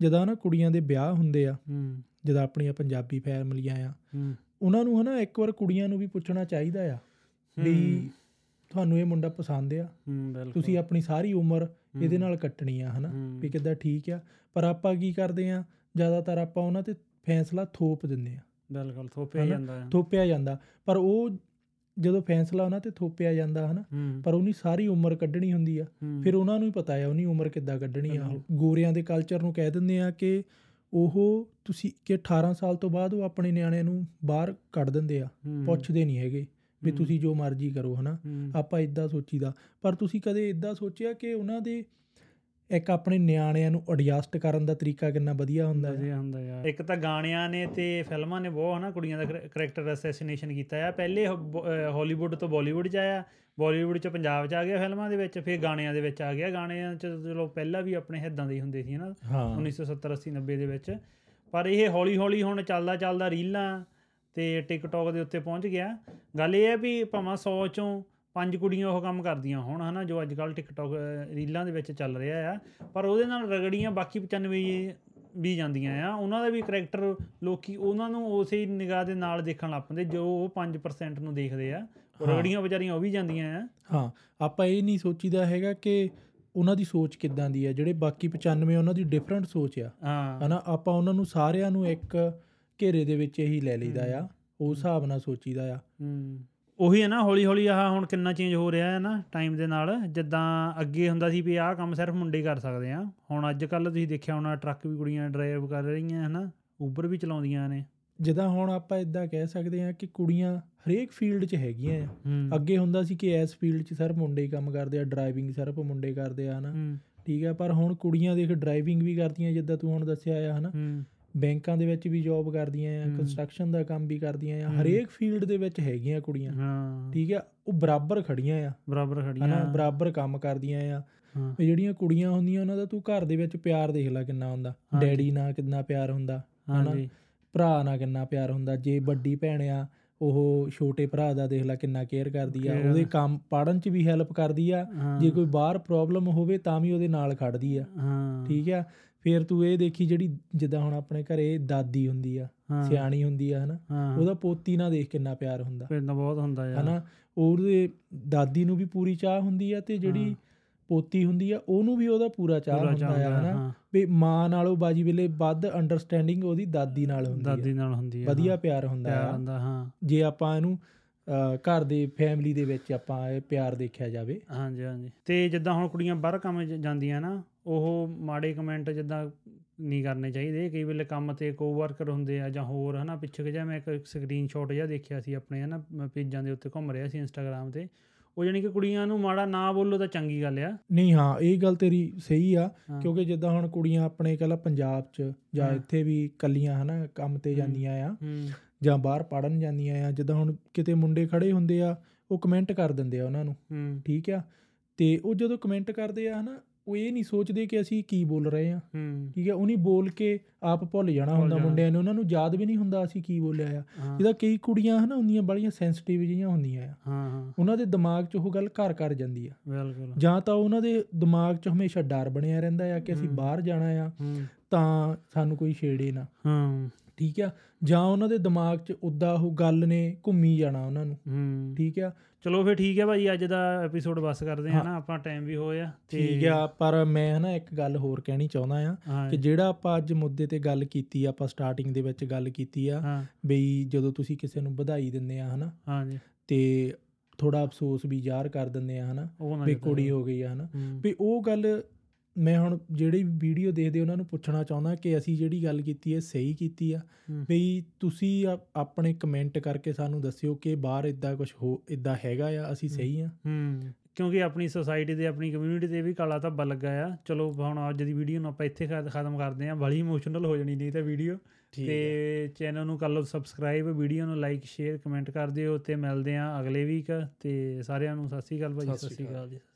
ਜਦੋਂ ਨਾ ਕੁੜੀਆਂ ਦੇ ਵਿਆਹ ਹੁੰਦੇ ਆ
ਹੂੰ
ਜਦੋਂ ਆਪਣੀਆਂ ਪੰਜਾਬੀ ਫੈਮਲੀਆਂ ਆ
ਹੂੰ
ਉਹਨਾਂ ਨੂੰ ਹਨਾ ਇੱਕ ਵਾਰ ਕੁੜੀਆਂ ਨੂੰ ਵੀ ਪੁੱਛਣਾ ਚਾਹੀਦਾ ਆ ਵੀ ਤੁਹਾਨੂੰ ਇਹ ਮੁੰਡਾ ਪਸੰਦ ਆ
ਹੂੰ ਬਿਲਕੁਲ
ਤੁਸੀਂ ਆਪਣੀ ਸਾਰੀ ਉਮਰ ਇਹਦੇ ਨਾਲ ਕੱਟਣੀ ਆ ਹਨਾ
ਹੂੰ,
ਵੀ ਕਿੱਦਾਂ ਠੀਕ ਆ ਪਰ ਆਪਾਂ ਕੀ ਕਰਦੇ ਆ ਜ਼ਿਆਦਾਤਰ ਆਪਾਂ ਉਹਨਾਂ ਤੇ ਫੈਸਲਾ ਥੋਪ ਦਿੰਦੇ ਆ
ਬਿਲਕੁਲ ਥੋਪਿਆ
ਹਨਾ?
ਜਾਂਦਾ ਹੈ
ਥੋਪਿਆ ਜਾਂਦਾ ਪਰ ਉਹ ਜਦੋਂ ਫੈਸਲਾ ਉਹਨਾਂ ਤੇ ਥੋਪਿਆ ਜਾਂਦਾ ਹਨਾ
ਹੂੰ
ਪਰ ਉਹਨੀ ਸਾਰੀ ਉਮਰ ਕੱਢਣੀ ਹੁੰਦੀ ਆ
ਹੂੰ,
ਫਿਰ ਉਹਨਾਂ ਨੂੰ ਹੀ ਪਤਾ ਹੈ ਉਹਨੀ ਉਮਰ ਕਿੱਦਾਂ ਕੱਢਣੀ ਆ
ਬਿਲਕੁਲ।
ਗੋਰਿਆਂ ਦੇ ਕਲਚਰ ਨੂੰ ਕਹਿ ਦਿੰਦੇ ਆ ਕਿ ਉਹ ਤੁਸੀਂ ਕਿ 18 ਸਾਲ ਤੋਂ ਬਾਅਦ ਉਹ ਆਪਣੇ ਨਿਆਣਿਆਂ ਨੂੰ ਬਾਹਰ ਕੱਢ ਦਿੰਦੇ ਆ
ਹੂੰ,
ਪੁੱਛਦੇ ਨਹੀਂ ਹੈਗੇ ਵੀ
ਹੂੰ,
ਤੁਸੀਂ ਜੋ ਮਰਜ਼ੀ ਕਰੋ ਹਨਾ
ਹੂੰ,
ਆਪਾਂ ਇਦਾਂ ਸੋਚੀਦਾ ਪਰ ਤੁਸੀਂ ਕਦੇ ਇਦਾਂ ਸੋਚਿਆ ਕਿ ਉਹਨਾਂ ਦੇ ਇੱਕ ਆਪਣੇ ਨਿਆਣਿਆਂ ਨੂੰ ਐਡਜਸਟ ਕਰਨ ਦਾ ਤਰੀਕਾ ਕਿੰਨਾ ਵਧੀਆ ਹੁੰਦਾ ਹੈ
ਵਧੀਆ ਹੁੰਦਾ ਯਾਰ ਇੱਕ ਤਾਂ ਗਾਣਿਆਂ ਨੇ ਤੇ ਫਿਲਮਾਂ ਨੇ ਬਹੁਤ ਹਨਾ ਕੁੜੀਆਂ ਦਾ ਕਰੈਕਟਰ ਅਸੈਸੀਨੇਸ਼ਨ ਕੀਤਾ ਆ ਪਹਿਲੇ ਹਾਲੀਵੁੱਡ ਤੋਂ ਬਾਲੀਵੁੱਡ ਚ ਆਇਆ ਬਾਲੀਵੁੱਡ ਚ ਪੰਜਾਬ ਚ ਆ ਗਿਆ ਫਿਲਮਾਂ ਦੇ ਵਿੱਚ ਫਿਰ ਗਾਣਿਆਂ ਦੇ ਵਿੱਚ ਆ ਗਿਆ ਗਾਣਿਆਂ ਚ ਚਲੋ ਪਹਿਲਾਂ ਵੀ ਆਪਣੇ ਹਿੱਦਾਂ ਦੇ ਹੀ ਹੁੰਦੇ ਸੀ ਹਨਾ
ਹਾਂ
1970 80 90 ਦੇ ਵਿੱਚ ਪਰ ਇਹ ਹੌਲੀ ਹੌਲੀ ਹੁਣ ਚੱਲਦਾ ਚੱਲਦਾ ਰੀਲਾਂ ਤੇ ਟਿਕਟੌਕ ਦੇ ਉੱਤੇ ਪਹੁੰਚ ਗਿਆ ਗੱਲ ਇਹ ਹੈ ਵੀ ਭਾਵੇਂ 100 ਚੋਂ ਪੰਜ ਕੁੜੀਆਂ ਉਹ ਕੰਮ ਕਰਦੀਆਂ ਹੁਣ ਹਨਾ ਜੋ ਅੱਜ ਕੱਲ ਟਿਕਟੌਕ ਅਹ, ਰੀਲਾਂ ਦੇ ਵਿੱਚ ਚੱਲ ਰਿਹਾ ਆ ਪਰ ਉਹਦੇ ਨਾਲ ਰਗੜੀਆਂ ਬਾਕੀ 95 ਵੀ ਜਾਂਦੀਆਂ ਆ ਉਹਨਾਂ ਦਾ ਵੀ ਕਰੈਕਟਰ ਲੋਕੀ ਉਹਨਾਂ ਨੂੰ ਉਸੇ ਨਿਗਾਹ ਦੇ ਨਾਲ ਦੇਖਣ ਲੱਗ ਪੈਂਦੇ ਜੋ ਉਹ 5% ਨੂੰ ਦੇਖਦੇ ਆ ਉਹ
ਹਾਂ।
ਰਗੜੀਆਂ ਵਿਚਾਰੀਆਂ ਉਹ ਵੀ ਜਾਂਦੀਆਂ ਆ
ਹਾਂ ਆਪਾਂ ਇਹ ਨਹੀਂ ਸੋਚੀਦਾ ਹੈਗਾ ਕਿ ਉਹਨਾਂ ਦੀ ਸੋਚ ਕਿੱਦਾਂ ਦੀ ਹੈ ਜਿਹੜੇ ਬਾਕੀ 95 ਉਹਨਾਂ ਦੀ ਡਿਫਰੈਂਟ ਸੋਚ ਆ
ਹਾਂ
ਹਨਾ ਆਪਾਂ ਉਹਨਾਂ ਨੂੰ ਸਾਰਿਆਂ ਨੂੰ ਇੱਕ ਘੇਰੇ ਦੇ ਵਿੱਚ ਹੀ ਲੈ ਲਈਦਾ ਆ ਉਸ ਹਿਸਾਬ ਨਾਲ ਸੋਚੀਦਾ ਆ
ਹੂੰ ਉਹੀ ਹੈ ਨਾ ਹੌਲੀ ਹੌਲੀ ਆਹ ਹੁਣ ਕਿੰਨਾ ਚੇਂਜ ਹੋ ਰਿਹਾ ਹੈ ਨਾ ਟਾਈਮ ਦੇ ਨਾਲ ਜਿੱਦਾਂ ਅੱਗੇ ਹੁੰਦਾ ਸੀ ਵੀ ਆਹ ਕੰਮ ਸਿਰਫ ਮੁੰਡੇ ਕਰ ਸਕਦੇ ਆ ਹੁਣ ਅੱਜ ਕੱਲ ਤੁਸੀਂ ਦੇਖਿਆ ਹੋਣਾ ਟਰੱਕ ਵੀ ਕੁੜੀਆਂ ਡਰਾਈਵ ਕਰ ਰਹੀਆਂ ਹੈ ਨਾ ਉਬਰ ਵੀ ਚਲਾਉਂਦੀਆਂ ਨੇ
ਜਿੱਦਾਂ ਹੁਣ ਆਪਾਂ ਇਦਾਂ ਕਹਿ ਸਕਦੇ ਆ ਕਿ ਕੁੜੀਆਂ ਹਰੇਕ ਫੀਲਡ 'ਚ ਹੈਗੀਆਂ ਆ
ਹੂੰ
ਅੱਗੇ ਹੁੰਦਾ ਸੀ ਕਿ ਇਸ ਫੀਲਡ 'ਚ ਸਿਰਫ ਮੁੰਡੇ ਹੀ ਕੰਮ ਕਰਦੇ ਆ ਡਰਾਈਵਿੰਗ ਸਿਰਫ ਮੁੰਡੇ ਕਰਦੇ ਆ ਹਨਾ
ਹੂੰ
ਠੀਕ ਆ ਪਰ ਹੁਣ ਕੁੜੀਆਂ ਦੇਖ ਡਰਾਈਵਿੰਗ ਵੀ ਕਰਦੀਆਂ ਜਿੱਦਾਂ ਤੂੰ ਹੁਣ ਦੱਸਿਆ ਆ ਹਨਾ
ਹੂੰ
ਬੈਂਕਾਂ ਦੇ ਵਿੱਚ ਵੀ ਜੌਬ ਕਰਦੀਆਂ ਆ
ਹੂੰ।
ਕੰਸਟਰਕਸ਼ਨ ਦਾ ਕੰਮ ਵੀ ਕਰਦੀਆਂ ਆ
ਹੂੰ।
ਹਰੇਕ ਫੀਲਡ ਦੇ ਵਿੱਚ ਹੈਗੀਆਂ ਕੁੜੀਆਂ
ਹਾਂ
ਠੀਕ ਆ ਉਹ ਬਰਾਬਰ ਖੜੀਆਂ ਆ
ਬਰਾਬਰ ਖੜੀਆਂ
ਹਨਾ ਬਰਾਬਰ ਕੰਮ ਕਰਦੀਆਂ ਆ
ਹਾਂ
ਵੀ ਜਿਹੜੀਆਂ ਕੁੜੀਆਂ ਹੁੰਦੀਆਂ ਉਹਨਾਂ ਦਾ ਤੂੰ ਘਰ ਦੇ ਵਿੱਚ ਪਿਆਰ ਦੇਖ ਲੈ ਕਿੰਨਾ ਹੁੰਦਾ
ਹਾਂਜੀ।
ਡੈਡੀ ਨਾਲ ਕਿੰਨਾ ਪਿਆਰ ਹੁੰਦਾ
ਹਾਂਜੀ
ਭਰਾ ਨਾਲ ਕਿੰਨਾ ਪਿਆਰ ਹੁੰਦਾ ਜੇ ਵੱਡੀ ਭੈਣ ਆ ਉਹ ਛੋਟੇ ਭਰਾ ਦਾ ਦੇਖ ਲੈ ਕਿੰਨਾ ਕੇਅਰ ਕਰਦੀ ਆ
Care।
ਉਹਦੇ ਕੰਮ ਪੜਨ ਚ ਵੀ ਹੈਲਪ ਕਰਦੀ ਆ
ਹਾਂ,
ਜੇ ਕੋਈ ਬਾਹਰ ਪ੍ਰੋਬਲਮ ਹੋਵੇ ਤਾਂ ਵੀ ਉਹਦੇ ਨਾਲ ਖੜਦੀ ਆ
ਹਾਂ
ਠੀਕ ਆ ਫਿਰ ਤੂੰ ਇਹ ਦੇਖੀ ਜਿਹੜੀ ਜਿੱਦਾਂ ਹੁਣ ਆਪਣੇ ਘਰੇ ਦਾਦੀ ਹੁੰਦੀ ਆ
ਹਾਂ,
ਸਿਆਣੀ ਹੁੰਦੀ ਆ ਹਨਾ
ਹਾਂ
ਉਹਦਾ ਪੋਤੀ ਨਾਲ ਦੇਖ ਕਿੰਨਾ ਪਿਆਰ ਹੁੰਦਾ
ਪਿੰਡ ਬਹੁਤ ਹੁੰਦਾ ਯਾਰ
ਹਨਾ ਉਹਦੇ ਦਾਦੀ ਨੂੰ ਵੀ ਪੂਰੀ ਚਾਹ ਹੁੰਦੀ ਆ ਤੇ ਜਿਹੜੀ
ਹਾਂ।
ਪੋਤੀ ਹੁੰਦੀ ਆ ਉਹਨੂੰ ਵੀ ਉਹਦਾ ਪੂਰਾ ਚਾਹ
ਪੂਰਾ
ਹੁੰਦਾ ਆ
ਚੱਲਦਾ,
ਹਨਾ
ਹਾਂ,
ਵੀ ਮਾਂ ਨਾਲੋਂ ਬਾਜੀ ਵੇਲੇ ਵੱਧ ਅੰਡਰਸਟੈਂਡਿੰਗ ਉਹਦੀ ਦਾਦੀ ਨਾਲ ਹੁੰਦੀ
ਦਾਦੀ
ਆ
ਨਾਲ ਹੁੰਦੀ ਆ
ਵਧੀਆ
ਹਾਂ,
ਪਿਆਰ ਹੁੰਦਾ
ਪਿਆਰ
ਆ
ਹੁੰਦਾ ਹਾਂ
ਜੇ ਆਪਾਂ ਇਹਨੂੰ ਅ, ਘਰ ਦੇ ਫੈਮਿਲੀ ਦੇ ਵਿੱਚ ਆਪਾਂ ਇਹ ਪਿਆਰ ਦੇਖਿਆ ਜਾਵੇ
ਹਾਂਜੀ ਹਾਂਜੀ ਤੇ ਜਿੱਦਾਂ ਹੁਣ ਕੁੜੀਆਂ ਬਾਹਰ ਕੰਮ ਜ- ਜਾਂਦੀਆਂ ਨਾ ਉਹ ਮਾੜੇ ਕਮੈਂਟ ਜਿੱਦਾਂ ਨਹੀਂ ਕਰਨੇ ਚਾਹੀਦੇ ਕਈ ਵੇਲੇ ਕੰਮ ਤੇ ਕੋਵਰਕਰ ਹੁੰਦੇ ਆ ਜਾਂ ਹੋਰ ਹਨਾ ਪਿੱਛੇ ਕਿ ਜਿਹਾ ਮੈਂ ਇੱਕ ਸਕਰੀਨਸ਼ਾਟ ਜਿਹਾ ਦੇਖਿਆ ਸੀ ਆਪਣੇ ਹਨਾ ਮ- ਪੇਜਾਂ ਦੇ ਉੱਤੇ ਘੁੰਮ ਰਿਹਾ ਸੀ ਇੰਸਟਾਗ੍ਰam ਤੇ ਉਹ ਜਾਣੀ ਕਿ ਕੁੜੀਆਂ ਨੂੰ ਮਾੜਾ ਨਾ ਬੋਲੋ ਤਾਂ ਚੰਗੀ ਗੱਲ ਆ
ਨਹੀਂ ਹਾਂ ਇਹ ਗੱਲ ਤੇਰੀ ਸਹੀ ਆ
ਹਾਂ।
ਕਿਉਂਕਿ ਜਿੱਦਾਂ ਹੁਣ ਕੁੜੀਆਂ ਆਪਣੇ ਕਹਿੰਦਾ ਪੰਜਾਬ 'ਚ ਜਾਂ
ਹਾਂ।
ਇੱਥੇ ਵੀ ਕੱਲੀਆਂ ਹਨਾ ਕੰਮ ਤੇ
ਹਮ।
ਜਾਂਦੀਆਂ ਆ
ਹੂੰ
ਜਾਂ ਬਾਹਰ ਪੜਨ ਜਾਂਦੀਆਂ ਆ ਜਿੱਦਾਂ ਹੁਣ ਕਿਤੇ ਮੁੰਡੇ ਖੜੇ ਹੁੰਦੇ ਆ ਉਹ ਕਮੈਂਟ ਕਰ ਦਿੰਦੇ ਆ ਉਹਨਾਂ ਨੂੰ
ਹੂੰ
ਠੀਕ ਆ ਤੇ ਉਹ ਜਦੋਂ ਕਮੈਂਟ ਕਰਦੇ ਆ ਹਨਾ ਉਹ ਇਹ ਨਹੀਂ ਸੋਚਦੇ ਕਿ ਅਸੀਂ ਕੀ ਬੋਲ ਰਹੇ ਆ
ਹੂੰ
ਠੀਕ ਹੈ ਉਹਨੀ ਬੋਲ ਕੇ ਆਪ ਭੁੱਲ ਜਾਣਾ
ਭੁੱਲ
ਹੁੰਦਾ
ਜਾਣਾ।
ਮੁੰਡਿਆਂ ਨੂੰ ਉਹਨਾਂ ਨੂੰ ਯਾਦ ਵੀ ਨਹੀਂ ਹੁੰਦਾ ਅਸੀਂ ਕੀ ਬੋਲਿਆ ਆ
ਹਾਂ,
ਜਿਹਦਾ ਕਈ ਕੁੜੀਆਂ ਹਨਾ ਹੁੰਦੀਆਂ ਬੜੀਆਂ ਸੈਂਸਿਟਿਵ ਜਿਹੀਆਂ ਹੁੰਦੀਆਂ ਆ
ਹਾਂ ਹਾਂ
ਉਹਨਾਂ ਦੇ ਦਿਮਾਗ 'ਚ ਉਹ ਗੱਲ ਘਰ ਕਰ ਜਾਂਦੀ ਆ
ਬਿਲਕੁਲ
ਜਾਂ ਤਾਂ ਉਹਨਾਂ ਦੇ ਦਿਮਾਗ 'ਚ ਹਮੇਸ਼ਾ ਡਰ ਬਣਿਆ ਰਹਿੰਦਾ ਆ ਕਿ ਅਸੀਂ
ਹਮ।
ਬਾਹਰ ਜਾਣਾ ਆ
ਹੂੰ
ਤਾਂ ਸਾਨੂੰ ਕੋਈ ਛੇੜੇ ਨਾ
ਹਾਂ
ਠੀਕ ਆ ਜਾਂ ਉਹਨਾਂ ਦੇ ਦਿਮਾਗ 'ਚ ਉਦਾਂ ਉਹ ਗੱਲ ਨੇ ਘੁੰਮੀ ਜਾਣਾ ਉਹਨਾਂ ਨੂੰ
ਹੂੰ
ਠੀਕ ਆ
ਚਲੋ ਫਿਰ ਠੀਕ ਹੈ ਭਾਈ ਅੱਜ ਦਾ ਐਪੀਸੋਡ ਬਸ ਕਰਦੇ ਹਾਂ
ਹਾਂ।
ਨਾ ਆਪਾਂ ਟਾਈਮ ਵੀ ਹੋਇਆ
ਠੀਕ ਆ ਪਰ ਮੈਂ ਹਨਾ ਇੱਕ ਗੱਲ ਹੋਰ ਕਹਿਣੀ ਚਾਹੁੰਦਾ ਆ
ਹਾਂ
ਕਿ ਜਿਹੜਾ ਆਪਾਂ ਅੱਜ ਮੁੱਦੇ ਤੇ ਗੱਲ ਕੀਤੀ ਆ ਆਪਾਂ ਸਟਾਰਟਿੰਗ ਦੇ ਵਿੱਚ ਗੱਲ ਕੀਤੀ ਆ
ਹਾਂ
ਬਈ ਜਦੋਂ ਤੁਸੀਂ ਕਿਸੇ ਨੂੰ ਵਧਾਈ ਦਿੰਦੇ ਆ ਹਨਾ
ਹਾਂ ਜੀ
ਤੇ ਥੋੜਾ ਅਫਸੋਸ ਵੀ ਜ਼ਾਹਰ ਕਰ ਦਿੰਦੇ ਆ ਹਨਾ
ਉਹ ਨਾ
ਵੀ
ਜਿੱਦਾਂ
ਕੁੜੀ ਹੋ ਗਈ ਆ ਹਨਾ
ਹੂੰ,
ਵੀ ਉਹ ਗੱਲ ਮੈਂ ਹੁਣ ਜਿਹੜੇ ਵੀਡੀਓ ਦੇਖਦੇ ਉਹਨਾਂ ਨੂੰ ਪੁੱਛਣਾ ਚਾਹੁੰਦਾ ਕਿ ਅਸੀਂ ਜਿਹੜੀ ਗੱਲ ਕੀਤੀ ਹੈ ਸਹੀ ਕੀਤੀ ਆ
ਹੂੰ,
ਬਈ ਤੁਸੀਂ ਆ- ਆਪਣੇ ਕਮੈਂਟ ਕਰਕੇ ਸਾਨੂੰ ਦੱਸਿਓ ਕਿ ਬਾਹਰ ਇਦਾਂ ਕੁਝ ਹੋ ਇਦਾਂ ਹੈਗਾ ਆ ਅਸੀਂ ਸਹੀ ਆ
ਹੂੰ ਕਿਉਂਕਿ ਆਪਣੀ ਸੋਸਾਇਟੀ ਤੇ ਆਪਣੀ ਕਮਿਊਨਿਟੀ ਤੇ ਵੀ ਕਾਲਾ ਧੱਬਾ ਲੱਗਾ ਆ ਚਲੋ ਹੁਣ ਅੱਜ ਦੀ ਵੀਡੀਓ ਨੂੰ ਆਪਾਂ ਇੱਥੇ ਖਤ- ਖਤਮ ਕਰਦੇ ਹਾਂ ਬੜੀ ਇਮੋਸ਼ਨਲ ਹੋ ਜਾਣੀ ਨਹੀਂ ਤਾਂ ਵੀਡੀਓ ਤੇ ਚੈਨਲ ਨੂੰ ਕਰ ਲਓ ਸਬਸਕ੍ਰਾਈਬ ਵੀਡੀਓ ਨੂੰ ਲਾਈਕ ਸ਼ੇਅਰ ਕਮੈਂਟ ਕਰ ਦਿਓ ਤੇ ਮਿਲਦੇ ਹਾਂ ਅਗਲੇ ਵੀਕ ਤੇ ਸਾਰਿਆਂ ਨੂੰ ਸਤਿ ਸ੍ਰੀ ਅਕਾਲ ਭਾਈ
ਸਤਿ
ਸਤਿ
ਸ੍ਰੀ
ਸ੍ਰੀ ਅਕਾਲ ਜੀ